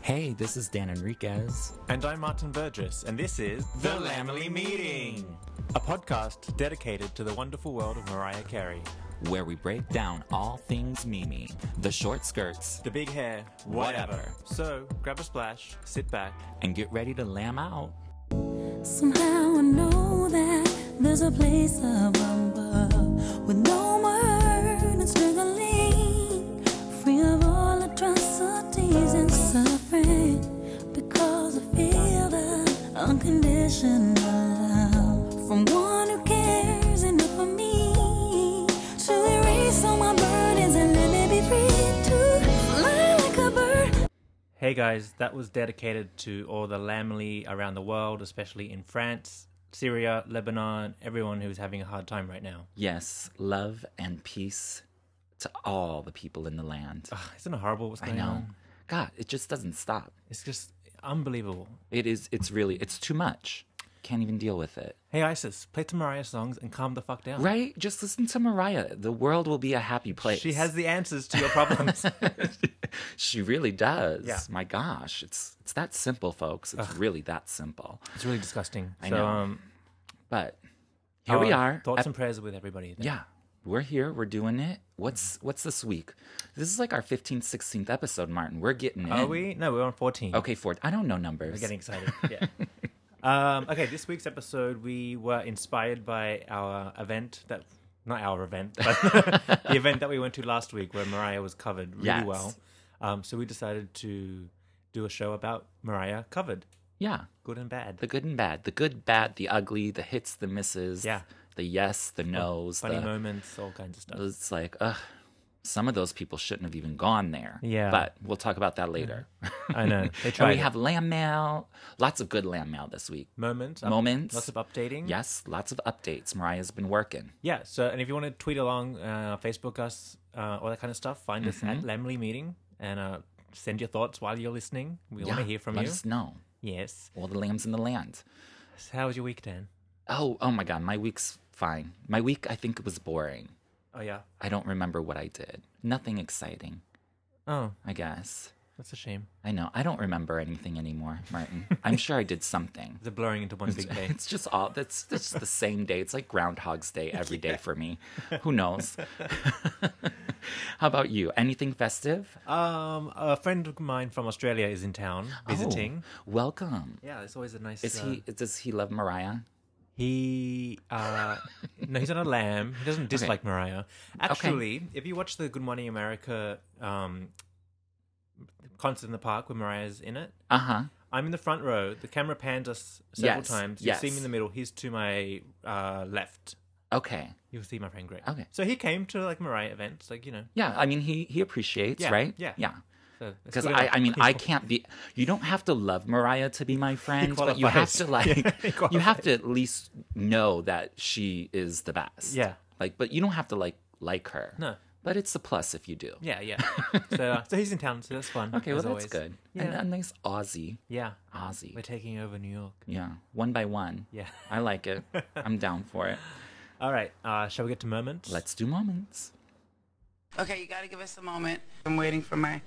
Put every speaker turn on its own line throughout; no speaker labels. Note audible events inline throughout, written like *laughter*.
Hey, this is Dan Enriquez.
And I'm Martin Burgess, and this is The Lamely Meeting, a podcast dedicated to the wonderful world of Mariah Carey.
where we break down all things Mimi the short skirts
The big hair, whatever. So grab a splash, sit back.
and get ready to lamb out.
Somehow I know that there's a place above with no murder struggling, free of all atrocities and suffering, because I feel the unconditional love from one who cares enough for me to erase all my burdens and let me be free to fly like a bird.
Hey guys, that was dedicated to all the Lamely around the world, especially in France, Syria, Lebanon, everyone who's having a hard time right now. *sighs*
Yes, love and peace to all the people in the land.
Ugh, Isn't it horrible what's
I
going
know.
on?
God, it just doesn't stop.
It's just unbelievable.
It is, it's really, it's too much. Can't even deal with it.
Hey Isis, play some Mariah songs and calm the fuck down.
Right? Just listen to Mariah. The world will be a happy place.
She has the answers to
*laughs*
your problems.
she really does.
Yeah.
My gosh, it's it's that simple, folks. It's really that simple.
it's really disgusting.
I
so,
know.
Um,
But here we
our
are.
Thoughts
Ep-
and prayers with everybody.
yeah we're here we're doing it what's what's this week this is like our 15th 16th episode martin we're getting
Are
in.
we? No, we're on 14.
okay ford i don't know numbers
We're
*laughs*
getting excited. Yeah. um, okay, this week's episode, we were inspired by our event that, not our event,
*laughs*
but the event that we went to last week where Mariah was covered really
Yes.
well. Um, so we decided to do a show about Mariah covered,
yeah
good and bad.
the good and bad the good bad the ugly the hits the misses
Yeah.
the yes the no's
Funny
the,
moments, all kinds of stuff.
it's like ugh some of those people shouldn't have even gone there
Yeah.
but we'll talk about that later *laughs*
I know. They
and
tried
we
it.
have lamb mail lots of good lamb mail this week
moments. up-
moments.
Lots of updating.
yes lots of updates mariah's been working
Yeah. So, and if you want to tweet along, uh, Facebook us, uh, all that kind of stuff, find us
Mm-hmm.
at Lamley Meeting and uh, send your thoughts while you're listening. We want to hear from
let
you.
us know
Yes.
all the lambs in the land
So how was your week, Dan?
Oh, oh my God, my week's fine. My week, I think, was boring.
Oh yeah.
I don't remember what I did. Nothing exciting,
Oh,
I guess.
that's a shame.
I know. I don't remember anything anymore,
*laughs*
Martin. I'm sure I did something.
They're blurring into
*laughs*
one big day.
It's just all that's that's just the same day. It's like Groundhog's Day every day for
*laughs*
me. Who knows? *laughs* How about you? Anything festive?
Um, a friend of mine from Australia is in town visiting.
Oh, welcome.
Yeah, it's always a nice.
Is
uh,
he? Does he love Mariah?
He uh no, he's not a lamb. He doesn't dislike Mariah. Actually, if you watch the Good Morning America um concert in the park where Mariah's in it,
Uh huh.
I'm in the front row. The camera pans us several
Yes,
times. You
yes.
see me in the middle. He's to my uh, left.
Okay.
You'll see my friend Greg.
Okay.
So he came to like Mariah events, like you know.
Yeah. I mean, he he appreciates,
Yeah,
right?
yeah.
Yeah.
so that's
Because
good
I,
enough.
I mean,
*laughs*
I can't be. You don't have to love Mariah to be my friend, but you have
qualifies. *laughs*
to
Yeah,
like.
he
you have to at least know that she is the best.
Yeah.
Like, but you don't have to like like her.
No.
But it's a plus if you do.
Yeah, yeah.
*laughs*
so, uh, so he's in town, so that's fun.
Okay, well
as
that's
always.
good.
Yeah,
And a nice Aussie,
yeah.
Aussie.
We're taking over New York.
yeah, one by one.
Yeah.
I like
*laughs*
it. I'm down for it.
All right. Uh, shall we get to moments?
Let's do moments.
Okay, you gotta give us a moment. I'm waiting for my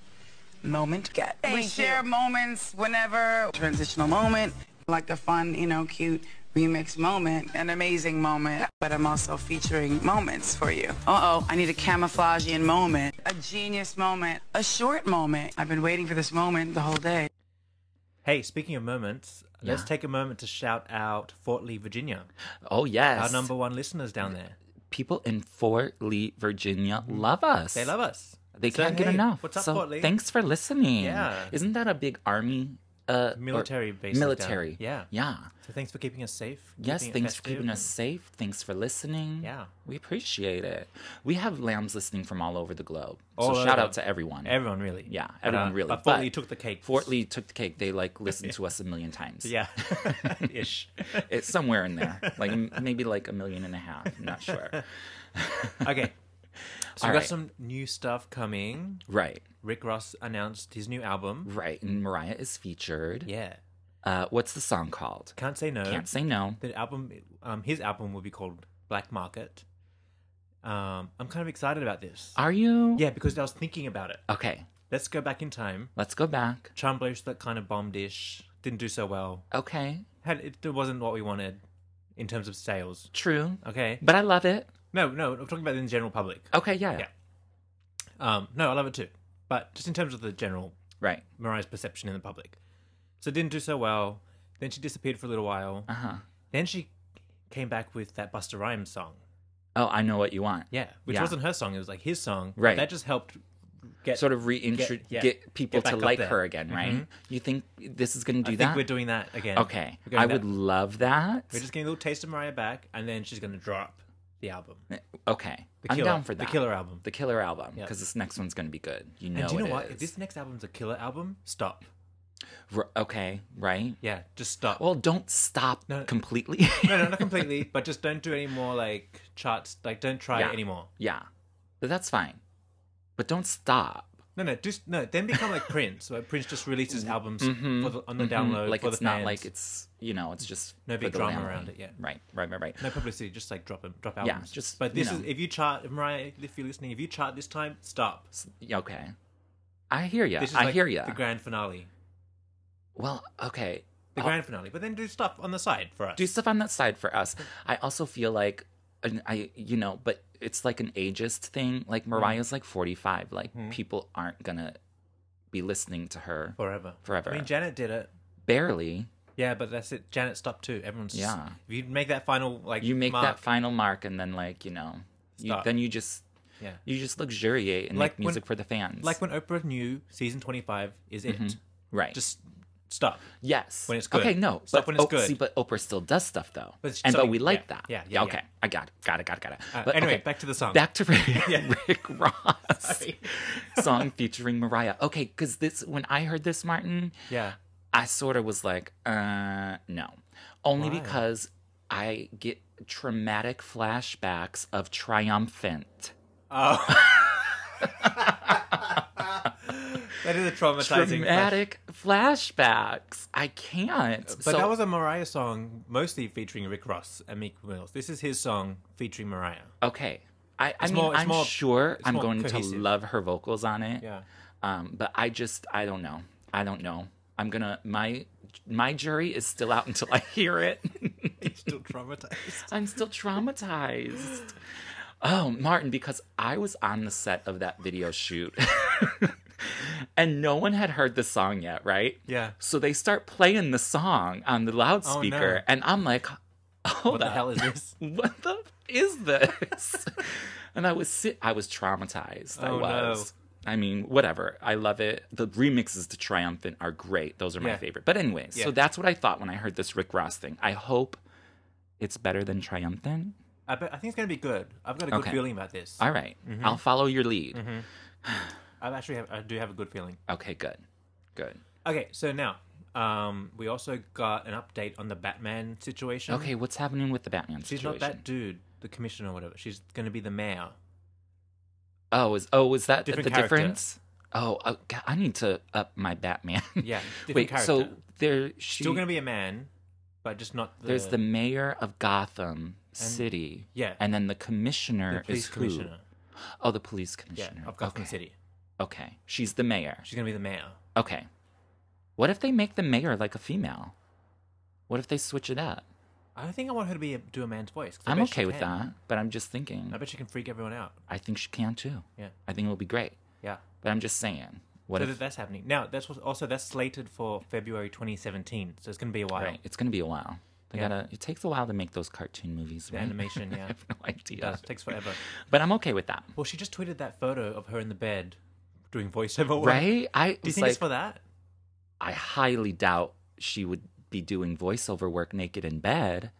moment. we share moments whenever transitional moment, like a fun, you know, cute remix moment, an amazing moment. But I'm also featuring moments for you. Uh oh, I need a camouflagian moment, a genius moment, a short moment. I've been waiting for this moment the whole day.
Hey, speaking of moments, let's
Yeah.
take a moment to shout out Fort Lee, Virginia,
Oh yes,
our number one listeners down there.
people in Fort Lee, Virginia, love us.
They love us.
They
So,
can't get
hey,
enough.
What's up,
so
Fort Lee?
thanks for listening.
Yeah.
Isn't that a big army? Uh, or-
Military base.
Military.
down there. Yeah.
Yeah.
So thanks for keeping us safe.
Yes,
keeping it
thanks for
festive
keeping
and-
us safe. Thanks for listening.
Yeah.
We appreciate it. We have lambs listening from all over the globe.
All
so
over.
shout out to everyone.
Everyone really.
Yeah,
But,
everyone
uh,
really.
But Fort
But
Lee took the cake.
Fort Lee took the cake. They like listened to us a million times.
*laughs* Yeah. *laughs* Ish.
*laughs* It's somewhere in there. Like m- maybe like a million and a half. I'm not
*laughs*
sure.
Okay. So
All
we got
right.
some new stuff coming.
Right.
Rick Ross announced his new album.
Right. And Mariah is featured.
Yeah. Uh,
Uh, what's the song called?
Can't say no.
Can't say no.
The album, um, his album will be called Black Market. Um, I'm kind of excited about this.
Are you?
yeah, because I was thinking about it.
Okay.
Let's go back in time.
Let's go back.
Charmblaze that kind of bomb dish didn't do so well.
Okay.
Had it, it wasn't what we wanted in terms of sales.
True.
Okay.
But I love it.
No, no, I'm talking about in the general public.
Okay. Yeah.
Yeah. Um, no, I love it too, but just in terms of the general
Right.
Mariah's perception in the public. So it didn't do so well. Then she disappeared for a little while.
Uh huh.
Then she came back with that Buster Rhymes song.
Oh, I know what you want.
Yeah, which
Yeah.
wasn't her song. It was like his song. but
Right.
That just helped get
Sort of reintroduce
yeah,
get people
get back
to
up
like
there. Mm-hmm.
her again, right? You think this is going to
I
do
think
that?
we're doing that again.
okay.
We're going
I
back.
would love that.
We're just getting a little taste of Mariah back, and then she's gonna drop the album. The
okay. I'm
killer-
down for that.
The killer album.
The killer album.
Yeah.
Because this next one's going to be good. You know
and do you know
it
what? If
is.
this next album's a killer album, stop.
R- okay. Right.
Yeah, just stop.
Well, don't stop
No, no.
completely. *laughs*
no, no, not completely, but just don't do any more like charts. Like, don't try
Yeah.
it anymore.
yeah. But that's fine. But don't stop.
No, no, just no. Then become like Prince, where Prince just releases albums for the, on the download
Mm-hmm. like
for
it's
the
not
fans.
like it's you know it's just
No
for
big
the
drama
landline.
around it, yeah.
right right right right
no publicity. Just like drop 'em- drop
Yeah,
albums.
just,
but
you
this is
know.
if you chart Mariah, if you're listening, if you chart this time, stop.
Yeah, okay i hear you
This is
i
like
hear you
The grand finale.
well okay
The
I'll
grand finale. But then do stuff on the side for us.
Oh. do stuff on that side for us i also feel like and i you know but it's like an ageist thing
Mm-hmm.
like mariah's like 45 like people aren't gonna be listening to her
forever.
Forever.
I mean, Janet did it.
barely
Yeah, but that's it. Janet stopped too. Everyone's
Yeah.
If you make that final like
you make that
mark-
final mark and then like you know you,
Stop.
then you just
Yeah.
you just luxuriate and make
Like when-
music for the fans
Like when Oprah knew season twenty five is it.
right
Just stop.
Yes.
When it's good.
Okay, no.
Stuff
but
when it's
oh,
good.
See, but Oprah still does stuff though.
But it's
and but
something-
we like
yeah,
that.
yeah, yeah,
Okay.
yeah.
I got it. Got it. Got it. Got it.
Uh,
But,
anyway,
okay.
back to the song.
Back to Rick,
*laughs*
Rick Ross song featuring Mariah. Okay, because this when I heard this, Martin,
Yeah.
I sort of was like, uh, no, only
Why?
because I get traumatic flashbacks of triumphant.
That is a traumatizing. flash-
Traumatic flashbacks. I can't.
But
so,
that was a Mariah song mostly featuring Rick Ross and Meek Mills. This is his song featuring Mariah.
Okay. I, I
It's
mean,
more- it's
I'm
more-
sure
it's
I'm
more
going to
cohesive.
love her vocals on it. *laughs*
Yeah.
Um, but I just, I don't know. I don't know. I'm gonna my my jury is still out *laughs* until I hear it.
He's still traumatized.
I'm still traumatized. Oh, Martin, because I was on the set of that video shoot. *laughs* and no one had heard the song yet, right?
Yeah. Oh,
So they start playing the song on the loudspeaker and I'm like, "Hold
What the
up
hell is this?
what the f- is this? *laughs* and I was sit I was traumatized. I
Oh, no.
was. I mean, whatever. I love it. The remixes to Triumphant are great. Those are my
Yeah.
favorite. But anyways,
Yeah.
so that's what I thought when I heard this Rick Ross thing. I hope it's better than Triumphant.
*laughs* I, bet, I think it's going to be good. I've got a good
Okay.
feeling about this. I,
All right.
Mm-hmm.
I'll follow your lead.
actually have, I do have a good feeling.
Okay, good. Good.
Okay, so now um, we also got an update on the Batman situation.
Okay, what's happening with the Batman
she's
situation?
not that dude, the commissioner or whatever. She's going to be the mayor.
Oh, is oh is that
Different
the
character.
difference? Oh, oh, God, I need to up my Batman. *laughs*
Yeah, different
Wait, so
character.
there she
Still going to be a man, but just not the.
There's the mayor of Gotham City.
yeah.
And then the
the
commissioner
police
is who?
commissioner.
Oh, the police
Yeah,
commissioner.
of Gotham
okay.
City.
Okay. She's the mayor.
She's going to be the mayor.
Okay. What if they make the mayor like a female? What if they switch it up?
I don't think I want her to be do a man's voice. 'cause I
I'm
bet she
okay with
can.
that, but I'm just thinking.
I bet she can freak everyone out.
I think she can too.
Yeah.
I think it'll be great.
Yeah.
But I'm just saying, What
so
if
that that's happening now? That's what's- also that's slated for February 2017. So it's going to be a while.
Right. It's gonna be a while. They
Yeah.
gotta. It takes a while to make those cartoon movies.
The
right?
animation,
*laughs*
yeah.
I have no
It
idea.
does. It takes forever.
But I'm okay with that.
Well, she just tweeted that photo of her in the bed doing voiceover work.
Right? I
Do you
was
think
like,
it's for that?
I highly doubt she would be doing voiceover work naked in bed.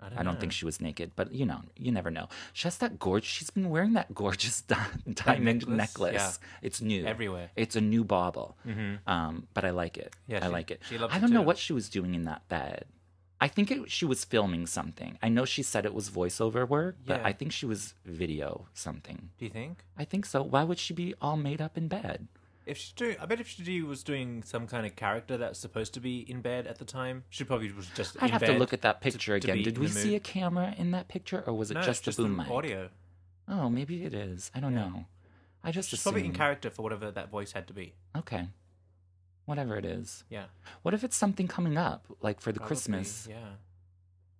I don't think she was naked, but you know, you never know. She has that gorgeous. She's been wearing that gorgeous *laughs* di- diamond necklace.
necklace?
It's new
Everywhere. Mm-hmm.
It's a new bauble. Um, but I like it.
Yeah,
I
she-
like it.
she loves
I
it
don't know
too.
what she was doing in that bed. I think it, she was filming something. I know she said it was voiceover work, but
Yeah.
I think she was video something.
Do you think?
I think so. Why would she be all made up in bed?
If she do, I bet if she do, was doing some kind of character that's supposed to be in bed at the time, she probably was just.
I'd
in
have to
bed
look at that picture
to
again.
be
Did
in
we
the
see a
mood.
camera in that picture, or was it
No, it's
just,
just
the
the
boom mic?
audio.
Oh, maybe it is. I don't
Yeah.
know. I just
She's probably in
assumed.
character for whatever that voice had to be.
Okay. Whatever it is.
Yeah.
What if it's something coming up, like for the
Probably,
Christmas
Yeah.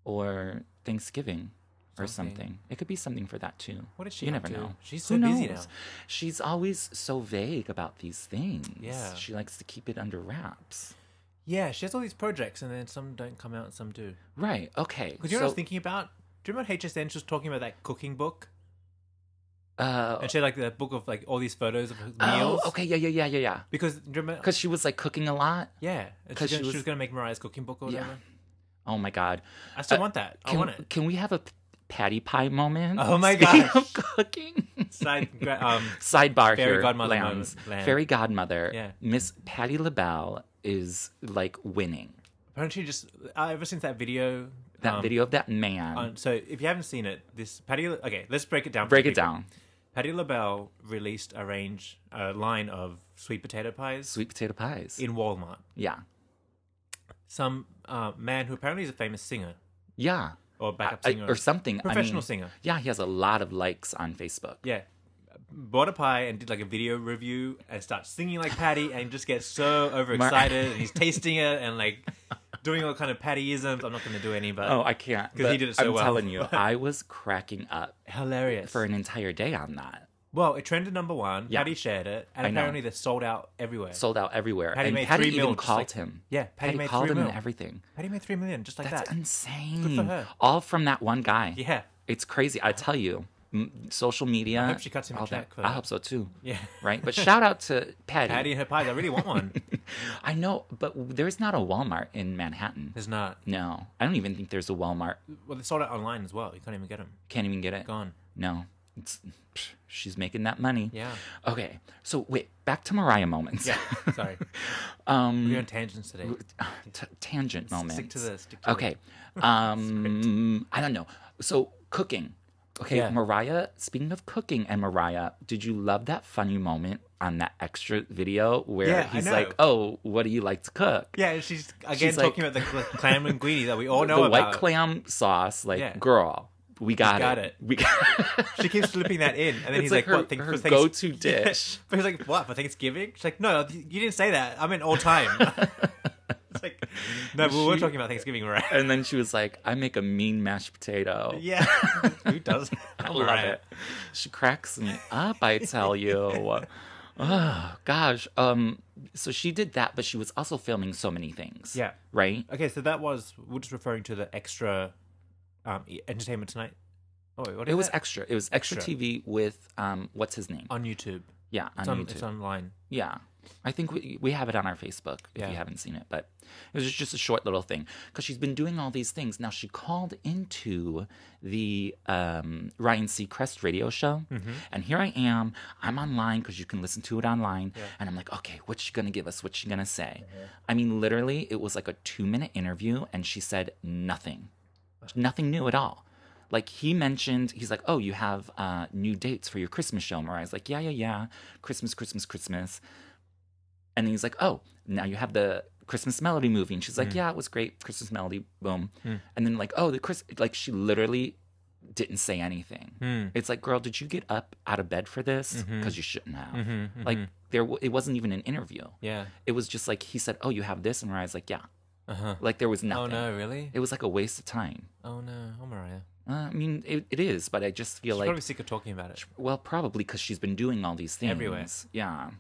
or Thanksgiving or
Something.
something? It could be something for that too.
What is she
You
up
never
to?
know.
She's
Who
so busy
knows?
now.
She's always so vague about these things.
Yeah.
She likes to keep it under wraps.
Yeah, she has all these projects, and then some don't come out, and some do.
Right. Okay.
Because you know what I was
so,
thinking about? Do you remember HSN? She was talking about that cooking book,
Uh,
and she had like that book of like all these photos of her meals.
oh, okay. Yeah. Yeah. Yeah. Yeah. Yeah.
Because do you remember?
Because she was like cooking a lot.
yeah, and
'cause
she,
she
was,
was-
she was going to make Mariah's cooking book or
Yeah.
whatever.
Oh my God.
I still
Uh,
want that. I
Can, *laughs*
want it.
Can we have a p- patty pie moment?
Oh my
Speaking
gosh.
of cooking. *laughs*
Side, gra- um,
Sidebar
Fairy
here.
godmother
Lambs.
moment, lamb.
Fairy godmother.
Yeah.
Miss Patty LaBelle is like winning
apparently, just uh, ever since that video.
that
um,
video of that man.
on- so if you haven't seen it, this Patty. Okay, let's break it down. for
Break
the
it
people.
down.
Patty LaBelle released a range, a line of sweet potato pies
Sweet potato pies.
in Walmart.
yeah.
Some uh, man who apparently is a famous singer
Yeah.
or backup
I-
singer
or something. I mean-
professional singer.
Yeah, he has a lot of likes on Facebook.
Yeah. Bought a pie and did like a video review and starts singing like Patty and just
*laughs*
gets so overexcited and he's tasting it and like doing all kind of Pattyisms. I'm not going to do any, but
Oh, I can't.
'Cause he
but
did it so
I'm
well.
telling
*laughs*
you, I was cracking up
hilarious.
for an entire day on that.
well, it trended number one.
Yeah.
Patty shared it, and
I know.
apparently they're sold out everywhere.
Sold out everywhere.
Patty
and
made
Patty
three
even
mil, just
called
like-
him.
Yeah, Patty made
called
three
him and
mil.
everything.
Patty made three million just like
That's
that.
insane.
her.
All from that one guy.
Yeah.
It's crazy. I tell you, m- social media. I
hope she cuts him a check for
I
that.
hope so too.
Yeah.
Right?
*laughs*
But shout out to Patty.
Patty and her pies. I really want one.
*laughs* I know, but there's not a Walmart in Manhattan.
There's not.
no. I don't even think there's a Walmart.
Well, they sold out online as well. You can't even get them.
Can't even get it.
Gone.
No. It's, psh, she's making that money. *laughs*
Yeah.
Okay. So wait, back to Mariah moments.
Yeah. Sorry.
Um,
We're on tangents today.
t- tangent moments.
Stick to this. Stick to *laughs*
okay. Um, I don't know. So cooking. Okay,
Yeah.
Mariah. Speaking of cooking, and Mariah, did you love that funny moment on that extra video where
Yeah, I
he's
know.
like, "Oh, what do you like to cook?"
Yeah, and she's again
She's like-
talking about the cl- clam and guini that we all know
*laughs* the
about.
white clam sauce. Like,
Yeah.
girl, we got,
got
it.
it.
We *laughs* got.
She keeps slipping that in, and then
It's
he's
like
like,
her-
"What? Thank-
her
for thanks- *laughs*
go-to dish.
but he's like, "What for Thanksgiving?" She's like, "No, you you didn't say that. I meant
*laughs*
all time." it's like, no, but we were
She-
talking about
*laughs*
Thanksgiving, right? *laughs*
and then she was like, "I make a mean mashed potato." *laughs*
Yeah, who does?
I love it. She cracks me up, I tell
*laughs*
you. Oh gosh. Um so she did that, but she was also filming so many things.
Yeah.
Right?
Okay, so that was we're just referring to the extra um, e- entertainment tonight. Oh, wait, what
It
is
was
that?
extra. It was extra,
Extra.
TV with um what's his name?
on YouTube.
yeah, on
It's on,
YouTube.
it's online.
Yeah. I think we we have it on our Facebook if
Yeah.
you haven't seen it, but it was just a short little thing because she's been doing all these things. Now she called into the um, Ryan Seacrest radio show, and here I am. I'm online because you can listen to it online, and I'm like, okay, what's she gonna give us? What's she gonna say? I mean, literally, it was like a two minute interview, and she said nothing nothing new at all. Like he mentioned, he's like, "Oh, you have uh, new dates for your Christmas show." Mariah's like, "Yeah, yeah, yeah, Christmas, Christmas, Christmas." And then he's like, "Oh, now you have the Christmas Melody movie," and she's
Mm.
like, "Yeah, it was great, Christmas Melody, boom." And then like, "Oh, the Chris," like she literally didn't say anything.
Mm.
It's like, "Girl, did you get up out of bed for this?
Mm-hmm.
Because you shouldn't have." Like there, w- it wasn't even an interview.
Yeah.
It was just like he said, "Oh, you have this," and Mariah's like, "Yeah."
Uh huh.
Like there was
Oh
nothing.
no, really?
It was like a waste of time.
Oh no, oh Mariah.
Uh, I mean, it, it is, but I just feel
She's
like,
probably sick of talking about it.
well, probably because she's been doing all these things
Everywhere.
Yeah,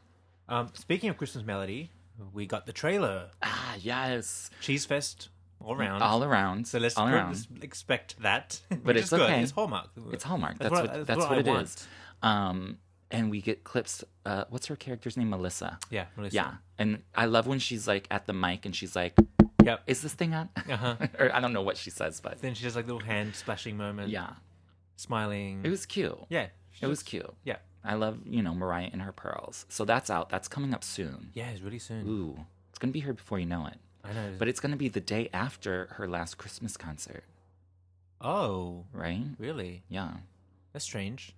Um, speaking of Christmas Melody, we got the trailer.
Ah, yes.
Cheese Fest all around.
Mm, All around.
so let's
all
pre-
around.
let's expect that. *laughs*
But
which
it's
is good.
okay.
It's Hallmark.
It's Hallmark. That's,
That's what
what,
I-
that's what,
I
it is.
want.
Um, and we get clips. Uh, what's her character's name? Melissa.
Yeah, Melissa.
Yeah. And I love when she's like at the mic and she's like,
Yep.
"Is this thing on?" Uh-huh. *laughs* or I don't know what she says, but
then she does like little hand splashing moment.
yeah,
Smiling.
it was cute.
yeah.
it was cute.
Yeah.
I love you know Mariah and her pearls. So that's out. That's coming up soon.
Yeah, it's really soon.
Ooh, it's gonna be here before you know it.
I know.
But it's gonna be the day after her last Christmas concert,
oh,
right?
really?
Yeah,
That's strange.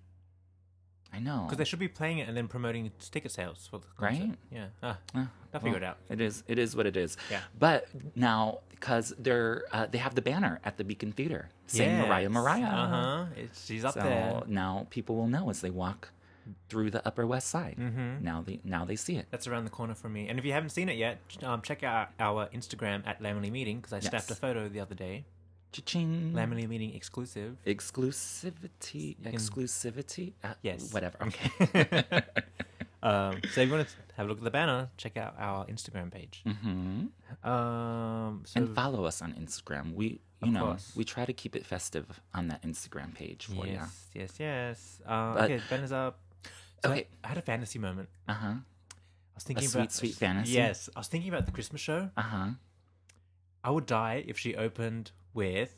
I know.
Because they should be playing it and then promoting ticket sales for the concert.
Right?
Yeah. Ah,
Yeah,
They'll
well,
figure it out.
It is. It is what it is.
Yeah.
But now, because they're uh, they have the banner at the Beacon Theater saying Mariah, Mariah.
Uh huh. She's up
So
there.
now people will know as they walk through the Upper West Side. Mm-hmm. Now they now they see it.
That's around the corner from me. And if you haven't seen it yet, ch- um, check out our Instagram at Lamely Meeting because I snapped a
Yes. Mm.
photo the other day.
Cha-ching.
Lamely Meeting exclusive.
Exclusivity.
In-
Exclusivity. Uh,
Yes. *laughs*
Whatever. Okay.
Um, so if you want to have a look at the banner, check out our Instagram page. Mm-hmm. Um, so
and follow us on Instagram. We you
Of
know
course.
we try to keep it festive on that Instagram page for you.
yes, yes, yes. Uh,
But-
okay, banner's up. So
Okay.
I had a fantasy moment.
Uh huh.
I was thinking
sweet,
about
sweet fantasy?
Yes, I was thinking about the Christmas show.
Uh huh.
I would die if she opened with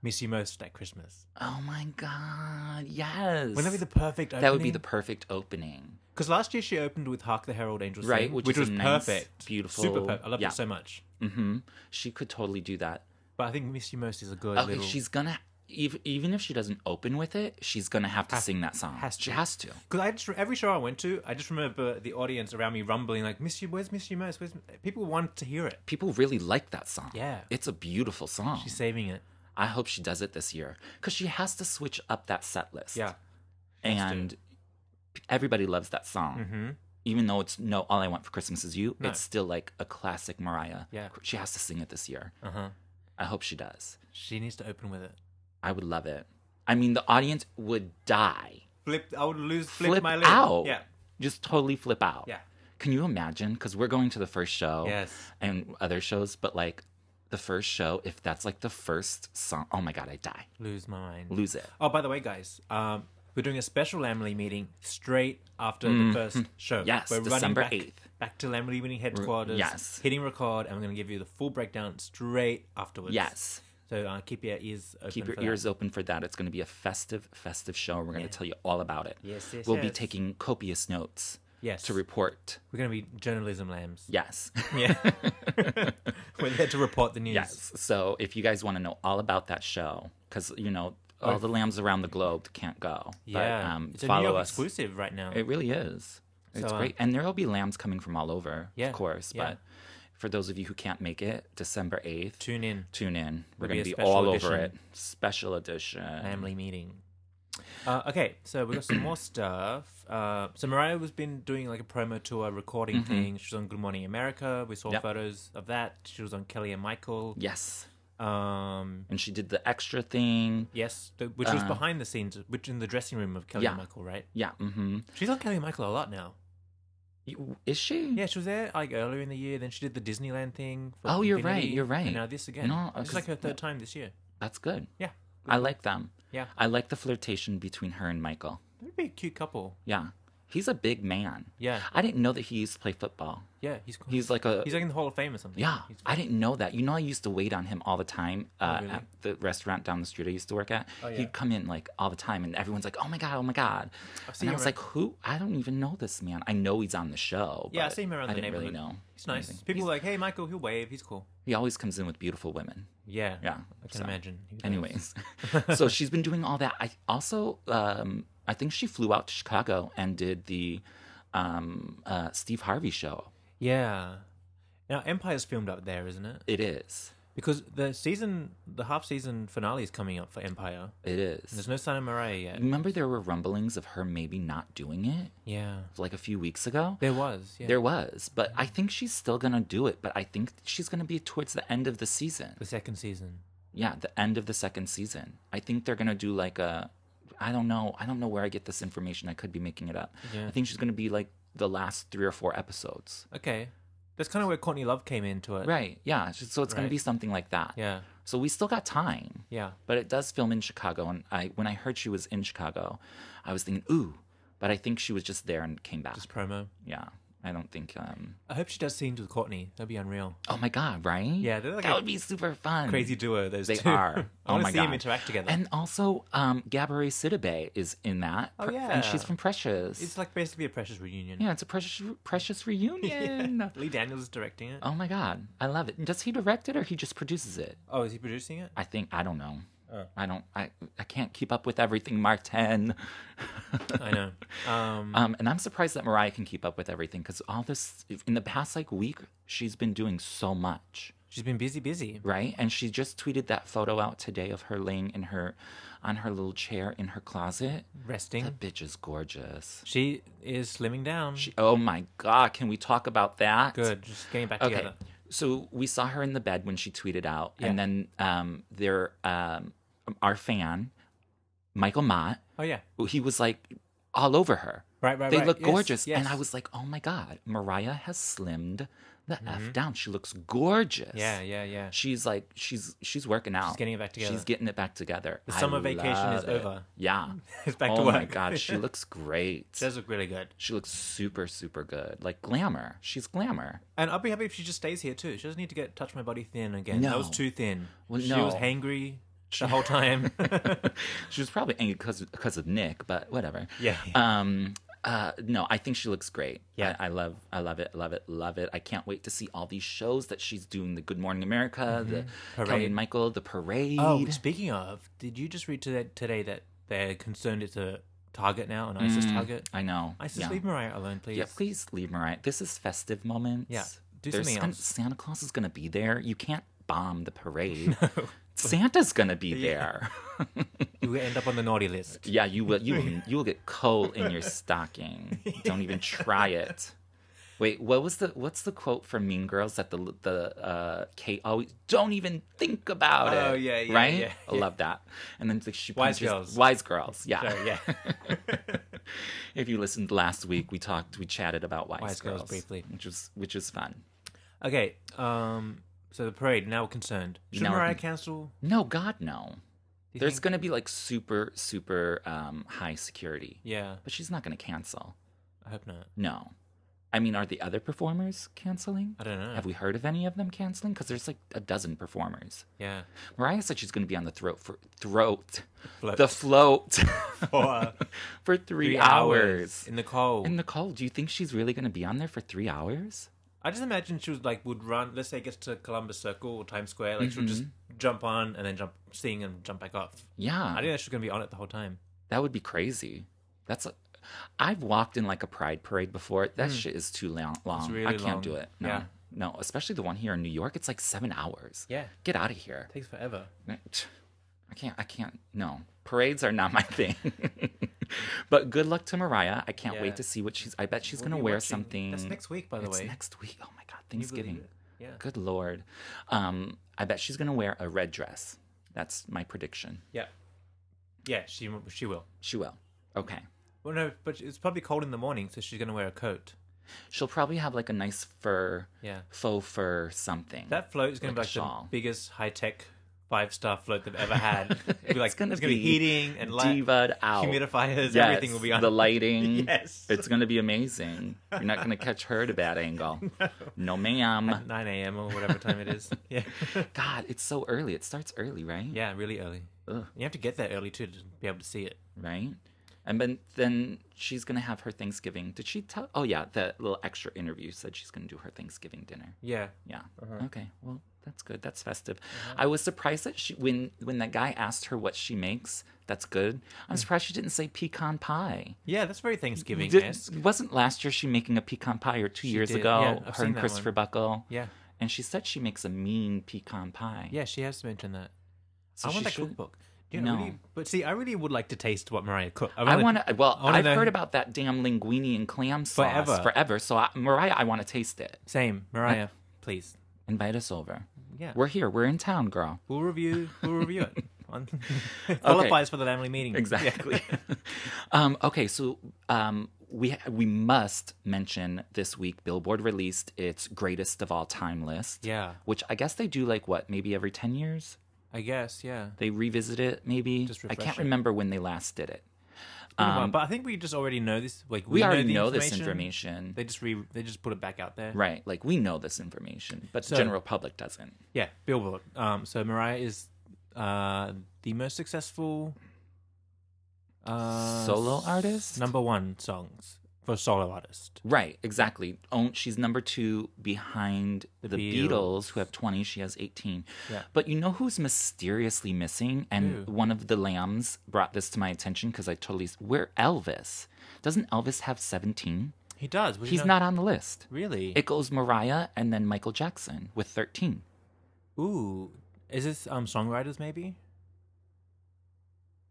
"Miss You Most" at Christmas.
Oh my god. Yes.
Wouldn't that be the perfect? Opening?
That would be the perfect opening.
Because last year she opened with "Hark the Herald Angels,"
Right,
Sing,
which
which,
is
was
a nice,
perfect,
beautiful-
super perfect. I loved
yeah.
it so much.
Mm-hmm. She could totally do that.
But I think "Miss You Most" is a good
Okay,
little.
she's gonna even even if she doesn't open with it, she's gonna have to
Has-
sing that song.
has
she
to.
has to.
Because I just every show I went to, I just remember the audience around me rumbling like, "Miss you, where's Miss you most? Where's people want to hear it?"
People really like that song.
Yeah.
it's a beautiful song.
She's saving it.
I hope she does it this year because she has to switch up that set list.
Yeah, has to. Mm-hmm.
and everybody loves that song. Even though it's no, all I want for Christmas is you.
No.
It's still like a classic Mariah.
Yeah.
she has to sing it this year.
uh huh.
I hope she does.
She needs to open with it.
I would love it. I mean, the audience would die.
Flip, I would lose. Flip,
flip,
my lid.
out.
Yeah,
Just totally flip out.
Yeah.
Can you imagine? Because we're going to the first show.
Yes.
And other shows, but like the first show, if that's like the first song, oh my God, I die.
lose my mind.
Lose it.
Oh, by the way, guys, um, we're doing a special Lamley meeting straight after the first show.
Mm-hmm. Yes,
we're
December
back,
8th.
Back to Lamley meeting headquarters.
yes.
hitting record, and we're going to give you the full breakdown straight afterwards.
Yes.
So uh, keep your ears open.
Keep your
for that.
ears open for that. It's going to be a festive, festive show. We're going to tell you all about it.
Yes, yes,
We'll be
yes.
taking copious notes
Yes.
to report.
We're going to be journalism lambs. *laughs*
Yes. *laughs*
Yeah. We're there to report the news.
yes. So if you guys want to know all about that show, because, you know, all the lambs around the globe can't go.
Yeah.
But, um,
it's a New
follow
York
us.
exclusive right now.
It really is. It's
So, uh,
great. And there'll be lambs coming from all over,
Yeah,
of course.
yeah.
But for those of you who can't make it, December 8th,
Tune in.
tune in. We're
There'll
going
be
to
a
be all
special
over it.
edition.
Special edition.
Family meeting. Mm. Uh, okay, so we got some more *clears throat* stuff. Uh, so Mariah was been doing like a promo tour recording thing. She was on Good Morning America. We saw
Mm-hmm. Yep.
photos of that. She was on Kelly and Michael.
Yes.
Um,
And she did the extra thing.
yes, the, which was behind the scenes, which in the dressing room of Kelly and
Uh-huh. yeah.
Michael, right?
Yeah. Mm-hmm.
She's on Kelly and Michael a lot now.
Is she?
Yeah, she was there like earlier in the year. Then she did the Disneyland thing. for
Oh, you're right,
Infinity,
you're right.
And now this again.
No,
this is like her
because-
third time this year.
That's good.
Yeah,
I like them.
yeah.
I like the flirtation between her and Michael.
They'd be a cute couple.
Yeah. He's a big man.
Yeah.
I didn't know that he used to play football.
Yeah, he's cool.
He's like a
He's like in the Hall of Fame or something.
Yeah,
He's- Oh,
I didn't know that. You know, I used to wait on him all the time uh,
really? Oh,
at the restaurant down the street I used to work at. He'd come in like all the time, and everyone's like, "Oh my god, oh my god,"
seen
and I
him
was
around-
like, "Who? I don't even know this man. I know he's on the show."
Yeah, I
but
see him around
I
the
didn't
neighborhood.
really know.
He's nice.
anything.
People are like, hey, Michael, he'll wave. He's cool.
He always comes in with beautiful women.
Yeah.
Yeah,
I can
so.
imagine. He does. *laughs*
Anyways, so she's been doing all that. I also, um, I think she flew out to Chicago and did the um, uh, Steve Harvey show.
Yeah. Now, Empire's filmed up there, isn't it?
It is.
Because the season, the half season finale is coming up for Empire.
It
And there's
is.
no sign of Mariah yet.
Remember, there were rumblings of her maybe not doing it
Yeah.
like a few weeks ago.
There was. Yeah.
There was, but I think she's still gonna do it. But I think she's gonna be towards the end of the season.
The second season.
Yeah, the end of the second season. I think they're gonna do like a. I don't know. I don't know where I get this information. I could be making it up.
Yeah.
I think she's gonna be like the last three or four episodes.
Okay. That's kind of where Courtney Love came into it.
Right. Yeah. So it's going
Right.
to be something like that.
Yeah.
So we still got time.
Yeah.
But it does film in Chicago, and I when I heard she was in Chicago, I was thinking ooh, but I think she was just there and came back.
Just promo.
yeah, I don't think. um
I hope she does scenes with Courtney. That'd be unreal.
Oh my god, right?
Yeah, they're like
that
a
would be super fun.
Crazy duo, those
They
two.
are.
*laughs* I
oh
wanna
my
see
god,
them interact together.
And also, um, Gabourey Sidibe is in that.
Oh,
Pre-
yeah.
and she's from Precious.
It's like basically a Precious reunion.
yeah, it's a Precious Precious *laughs* reunion.
*laughs* Lee Daniels is directing it.
Oh my god, I love it. Does he direct it or he just produces it?
Oh, is he producing it?
I think I don't know.
Uh.
I don't. I I can't keep up with everything, Martin.
I know. Um,
Um, and I'm surprised that Mariah can keep up with everything because all this in the past like week she's been doing so much,
*laughs* she's been busy, busy.
right? And she just tweeted that photo out today of her laying in her, on her little chair in her closet.
Resting.
That bitch is gorgeous.
She is slimming down.
She, oh my god, can we talk about that?
Good. Just getting back
Okay.
together.
So we saw her in the bed when she tweeted out,
Yeah.
and then um, there, um, our fan, Michael Mott,
Oh, yeah.
he was like all over her.
Right, right,
They
right.
look
Yes,
gorgeous,
yes.
and I was like, oh my god, Mariah has slimmed the f down. She looks gorgeous.
Mm-hmm. Yeah, yeah, yeah.
She's like she's she's working out.
getting it back together.
She's getting it back together.
The
I
summer vacation
love
is
it.
over.
Yeah.
*laughs* It's back
oh
to
my
work.
god,
*laughs*
she looks great.
Does look really good.
she looks super super good. Like glamour. She's glamour.
And I'll be happy if she just stays here too. She doesn't need to get touch my body thin again. That was
No.
too thin.
Well,
she
no.
was hangry the whole *laughs* time.
*laughs* she was probably angry because of Nick, but whatever.
Yeah.
Um. Uh. No, I think she looks great.
Yeah.
I, I love. I love it. Love it. Love it. I can't wait to see all these shows that she's doing. The Good Morning America, the Kelly
Mm-hmm. Parade.
and Michael, the parade.
oh, speaking of, did you just read today, today that they're concerned it's a target now, an ISIS target?
I know.
ISIS,
yeah.
leave Mariah alone, please.
Yeah, please leave Mariah. This is festive moments.
Yeah, do
There's
something
gonna-
else.
Santa Claus is gonna be there. You can't bomb the
*laughs*
parade. Santa's gonna be there.
You will end up on the naughty *laughs* list.
Yeah, you will. You will, you will get coal in your stocking. Don't even try it. Wait, what was the what's the quote from Mean Girls that the the uh, Kate always don't even think about it.
Oh, yeah, yeah,
right.
yeah,
I love that. And then like, she
Wise
punches-
girls.
wise girls. Yeah.
So, yeah.
If you listened last week, we talked, we chatted about wise,
Wise Girls briefly.
which was which was fun.
okay. Um. So the parade. Now we're concerned. Should
Now we're
Mariah
con-
cancel?
No, God, no.
do you
There's
think?
gonna be like super super um, high security,
Yeah.
but she's not gonna cancel.
I hope not.
No. I mean, are the other performers canceling?
I don't know.
Have we heard of any of them canceling? Because there's like a dozen performers.
Yeah.
Mariah said she's going to be on the throat for throat,
Float.
the float
Uh, *laughs* For uh,
for *laughs* three, hours.
in the cold.
And Nicole, do you think she's really going to be on there for three hours?
I just imagine she was like would run. Let's say it gets to Columbus Circle or Times Square, like she'll just
Mm-hmm.
jump on and then jump, sing and jump back off.
Yeah,
I think that she's gonna be on it the whole time.
that would be crazy. That's. A, I've walked in like a pride parade before. That shit is too long. long. I
Hmm. really
can't
long.
do it. No,
Yeah.
no, especially the one here in New York. It's like seven hours.
Yeah.
get out of here.
takes forever.
I can't. I can't. No, parades are not my *laughs* thing. but good luck to Mariah. I can't
Yeah.
wait to see what she's. I bet she's
We'll
gonna
be
wear
watching-
something.
That's next week, by the
It's
way.
next week. Oh my God,
you believe
Thanksgiving.
it? Yeah.
Good lord. Um, I bet she's gonna wear a red dress. That's my prediction.
Yeah. Yeah, she she will.
She will. Okay.
Well, no, but it's probably cold in the morning, so she's gonna wear a coat.
She'll probably have like a nice fur,
Yeah.
faux fur something.
That float is gonna
Like a
be like
shawl.
the biggest high tech five star float they've
*laughs*
ever had. It'll be like
it's gonna
it's gonna
be
be, heating and light,
diva'd out.
humidifiers, everything will be on.
the lighting.
Yes.
it's gonna be amazing. You're not gonna catch her at a bad angle.
*laughs*
No, ma'am.
*laughs* Nine a.m. or whatever time
*laughs*
it is. Yeah.
God, it's so early. It starts early, right?
Yeah, really early. You have to get there early too to be able to see it.
Right. And then then she's gonna have her Thanksgiving. Did she tell? Oh yeah, the little extra interview said she's gonna do her Thanksgiving dinner.
Yeah.
Yeah.
Uh-huh.
Okay. Well, that's good. That's festive. I was surprised that she when when that guy asked her what she makes. That's good.
Hmm.
I'm surprised she didn't say pecan pie.
Yeah, that's very Thanksgiving
Did-
esque.
wasn't last year she making a pecan pie or two years
did.
ago?
Yeah, I've
her
seen
and
that
Christopher
one.
Buckle.
Yeah.
And she said she makes a mean pecan pie.
Yeah, she has mentioned that.
So
I
she
want that
should-
cookbook. Do you know,
No.
really- but see, I really would like to taste what Mariah cooked.
I want to. Well,
I wanna
I've
know-
heard about that damn linguine and clam sauce
Forever.
forever so, I, Mariah, I want to taste it.
Same, Mariah, please.
Invite us over.
Yeah.
We're here. We're in town,
*laughs*
girl.
We'll review. We'll
*laughs*
review it. On,
*laughs*
qualifies for the family meeting.
Exactly. um, okay, so um, we we must mention this week Billboard released its greatest of all time list.
Yeah.
Which I guess they do like what maybe every ten years
*laughs* I guess, yeah.
they revisit it. Maybe
Just
I can't
refresh it.
remember when they last did it. Um,
Meanwhile, but I think we just already know this. Like
We,
we,
already
know, the
know this information,
They just re they just put it back out there.
right? Like we know this information, but the
So-
general public doesn't.
Yeah, Billboard. Um, so Mariah is uh the most successful uh,
Solo
s-
artist?
number one songs for solo artist.
Right, exactly. Own, she's number two behind the, Beatles.
Beatles.
who have 20. She has 18.
Yeah.
But you know who's mysteriously missing? And
Who?
one of the lambs brought this to my attention because I totally. s- Where Elvis? Doesn't Elvis have 17?
He does. but you
He's
know-
not on the list.
really.
It goes Mariah and then Michael Jackson with 13.
Ooh, is this um songwriters maybe?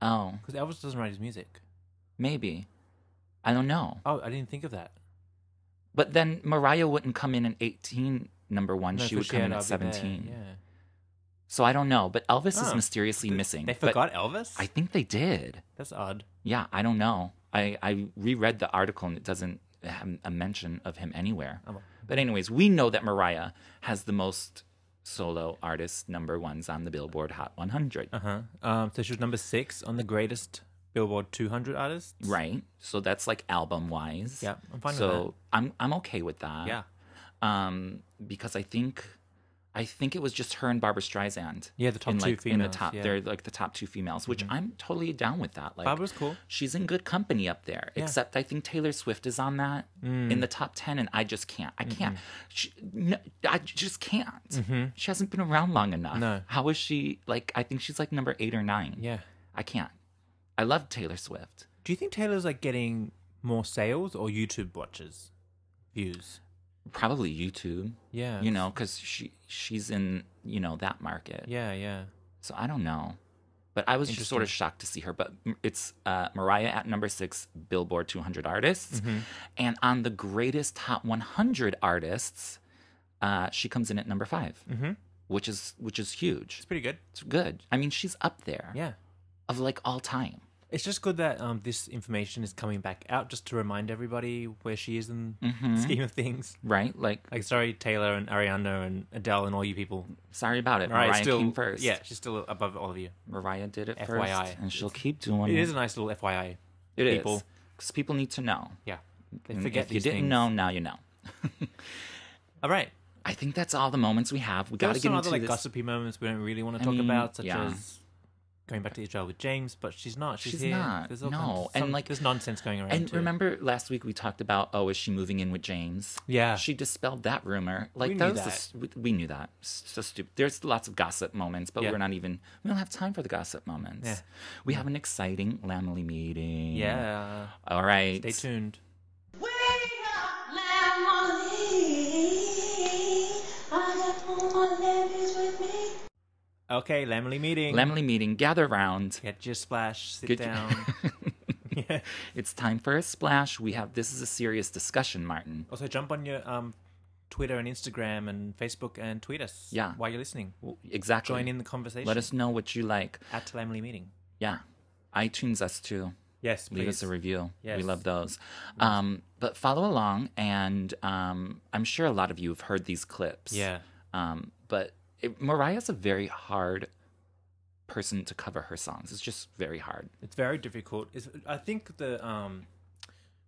Oh,
Because Elvis doesn't write his music.
maybe. I don't know.
Oh, I didn't think of that.
But then Mariah wouldn't come in at 18, number one.
No,
she
for
would come in
I'll
at
Be There,
17.
yeah.
So I don't know. But Elvis is
Oh.
mysteriously
Th-
missing.
They
But
forgot Elvis.
I think they did.
That's odd.
Yeah, I don't know. I, I reread the article and it doesn't have a mention of him anywhere.
Oh.
But, anyways, we know that Mariah has the most solo artist number ones on the Billboard Hot 100.
Uh huh. Um, so she was number six on the greatest Billboard 200 artists.
Right? So that's like album wise.
Yeah, I'm fine with
so
that.
I'm, I'm okay with that.
Yeah.
Um, because I think. I think it was just her and Barbara Streisand.
Yeah, the top
in
two
like, In
females,
the top,
yeah. Mm-hmm.
they're like the top two females, which I'm totally down with that. Like
Barbara's cool.
she's in good company up there.
Yeah. Mm.
Except I think Taylor Swift is on that in the top ten, and I just can't. I can't. She, no, I just can't. She hasn't been around long enough.
Mm-hmm. No.
How is she? Like I think she's like number eight or nine.
Yeah.
I can't. I love Taylor Swift.
Do you think Taylor's like getting more sales or YouTube watches, views?
Probably YouTube.
Yeah.
You know, because she she's in you know that market.
Yeah, yeah.
So I don't know. But I was just sort of shocked to see her. But m- it's uh, Mariah at number six, Billboard 200 artists.
Mm-hmm.
And on the greatest Hot 100 artists, uh, she comes in at number 5
Mm-hmm.
which is which is huge.
It's pretty good.
It's good. I mean, she's up there
Yeah.
of like all time.
It's just good that um, this information is coming back out just to remind everybody where she is in
Mm-hmm.
the scheme of things.
Right? Like,
Like, sorry, Taylor and Ariana and Adele and all you people.
sorry about it.
Mariah's
Mariah
still
came first.
Yeah, she's still above all of you.
Mariah did it
FYI.
first. And she'll keep doing
It
it.
is a nice little FYI.
It is.
people.
Because people need to know.
Yeah. They
And
forget
if you
these
didn't
things.
know, now you know.
All right.
I think that's all the moments we have. We
There
got to
are
get
some
into
other like
this.
gossipy moments we don't really want
I
to talk
mean,
about, such
yeah.
as going back to Israel with James, but she's not. She's,
She's
here.
not,
There's all
no.
kinds of-
And,
some-
like-
there's nonsense going around.
And
too.
remember last week we talked about oh is she moving in with James?
Yeah.
she dispelled that rumor. Like
We
that
knew
was
that.
just- we, we knew that. So stupid. There's lots of gossip moments, but
Yeah.
we're not even. We don't have time for the gossip moments.
Yeah.
We have an exciting Lamely meeting.
yeah,
All right.
stay tuned.
Wake up, Lamely. I got all my ladies with me.
Okay, Lamely meeting.
Lamely meeting. Gather round.
Get your splash. Sit
Get your-
down.
*laughs*
*laughs* yeah.
It's time for a splash. We have this is a serious discussion, Martin.
Also, jump on your um, Twitter and Instagram and Facebook and tweet us.
Yeah.
While you're listening,
W- Exactly.
join in the conversation.
Let us know what you like.
at Lamely meeting.
Yeah, iTunes us too.
Yes, please.
leave us a review. We
Yes.
love those. Um, but follow along, and um, I'm sure a lot of you have heard these clips.
Yeah.
Um, but it, Mariah's a very hard person to cover her songs. It's just very hard.
It's very difficult. It's, I think the um,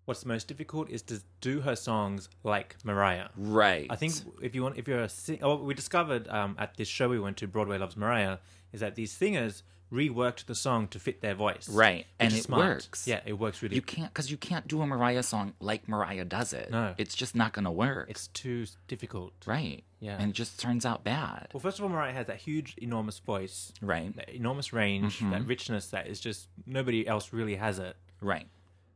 what's most difficult is to do her songs like Mariah.
Right.
I think if you want, if you're a sing- oh, we discovered um, at this show we went to, Broadway Loves Mariah, is that these singers reworked the song to fit their voice.
Right,
which
and
is
it
smart.
works.
Yeah, it works really.
you can't because you can't do a Mariah song like Mariah does it.
No.
It's just not gonna work.
It's too s- difficult.
right.
Yeah.
And it just turns out bad.
Well, first of all, Mariah has that huge, enormous voice,
Right. Mm-hmm.
that enormous range, that richness that is just nobody else really has it.
Right.